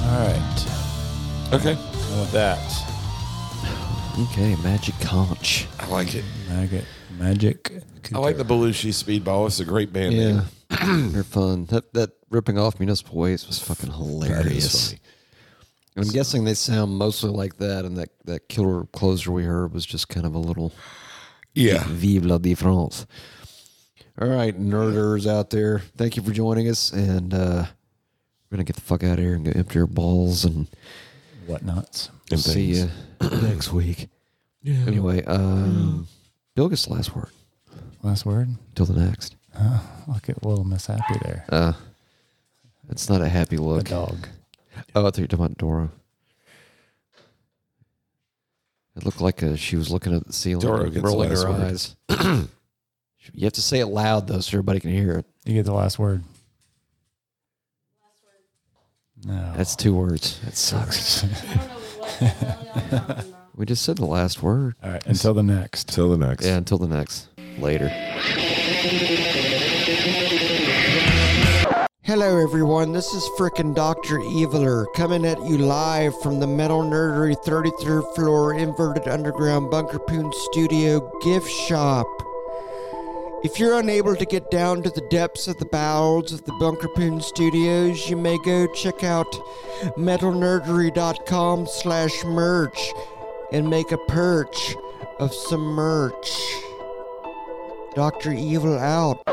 [SPEAKER 2] All right.
[SPEAKER 3] Okay.
[SPEAKER 2] And with that,
[SPEAKER 1] Okay, Magic Conch.
[SPEAKER 3] I like it.
[SPEAKER 2] magic. Magic.
[SPEAKER 3] I like the Belushi Speedball. It's a great band name.
[SPEAKER 1] Yeah, they're fun. That that ripping off municipal waste was fucking hilarious.
[SPEAKER 3] funny.
[SPEAKER 1] I'm guessing they sound mostly like that, and that that killer closer we heard was just kind of a little
[SPEAKER 3] Yeah.
[SPEAKER 1] vive la difference. All right, nerders out there, thank you for joining us, and uh, we're gonna get the fuck out of here and go empty our balls and
[SPEAKER 2] Oh. whatnots.
[SPEAKER 3] And
[SPEAKER 1] see
[SPEAKER 3] things.
[SPEAKER 1] you next week. Anyway, um, Bill gets the last word.
[SPEAKER 2] Last word.
[SPEAKER 1] Till the next.
[SPEAKER 2] Look at little Miss Happy there.
[SPEAKER 1] Uh, it's not a happy
[SPEAKER 2] The
[SPEAKER 1] look.
[SPEAKER 2] dog.
[SPEAKER 1] Oh, I thought you were talking about Dora. It looked like uh she was looking at the ceiling,
[SPEAKER 3] Dora
[SPEAKER 1] and
[SPEAKER 3] gets the
[SPEAKER 1] rolling
[SPEAKER 3] last
[SPEAKER 1] her
[SPEAKER 3] word.
[SPEAKER 1] eyes. you have to say it loud though, so everybody can hear it.
[SPEAKER 2] You get the last word. No.
[SPEAKER 1] That's two words. That sucks. we just said the last word.
[SPEAKER 2] All right. Until the next.
[SPEAKER 3] Till the next.
[SPEAKER 1] Yeah. Until the next. Later. Hello, everyone. This is frickin' Dr. Eviler coming at you live from the Metal Nerdery 33rd floor inverted underground Bunker Poon Studio gift shop. If you're unable to get down to the depths of the bowels of the Bunker Poon Studios, you may go check out metalnerdery.com slash merch and make a perch of some merch. Dr. Evil out.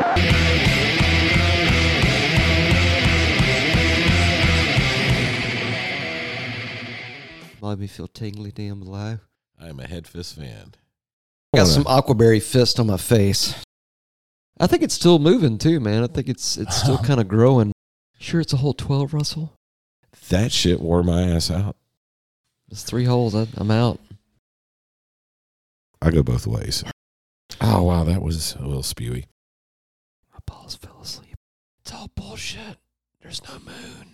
[SPEAKER 1] Made me feel tingly damn low.
[SPEAKER 3] I'm a head fist fan.
[SPEAKER 1] Got some aquaberry fist on my face. I think it's still moving too, man. I think it's it's still kind of growing. Sure, it's a whole twelve, Russell.
[SPEAKER 3] That shit wore my ass out.
[SPEAKER 1] It's three holes. I, I'm out.
[SPEAKER 3] I go both ways. Oh wow, that was a little spewy.
[SPEAKER 1] My balls fell asleep. It's all bullshit. There's no moon.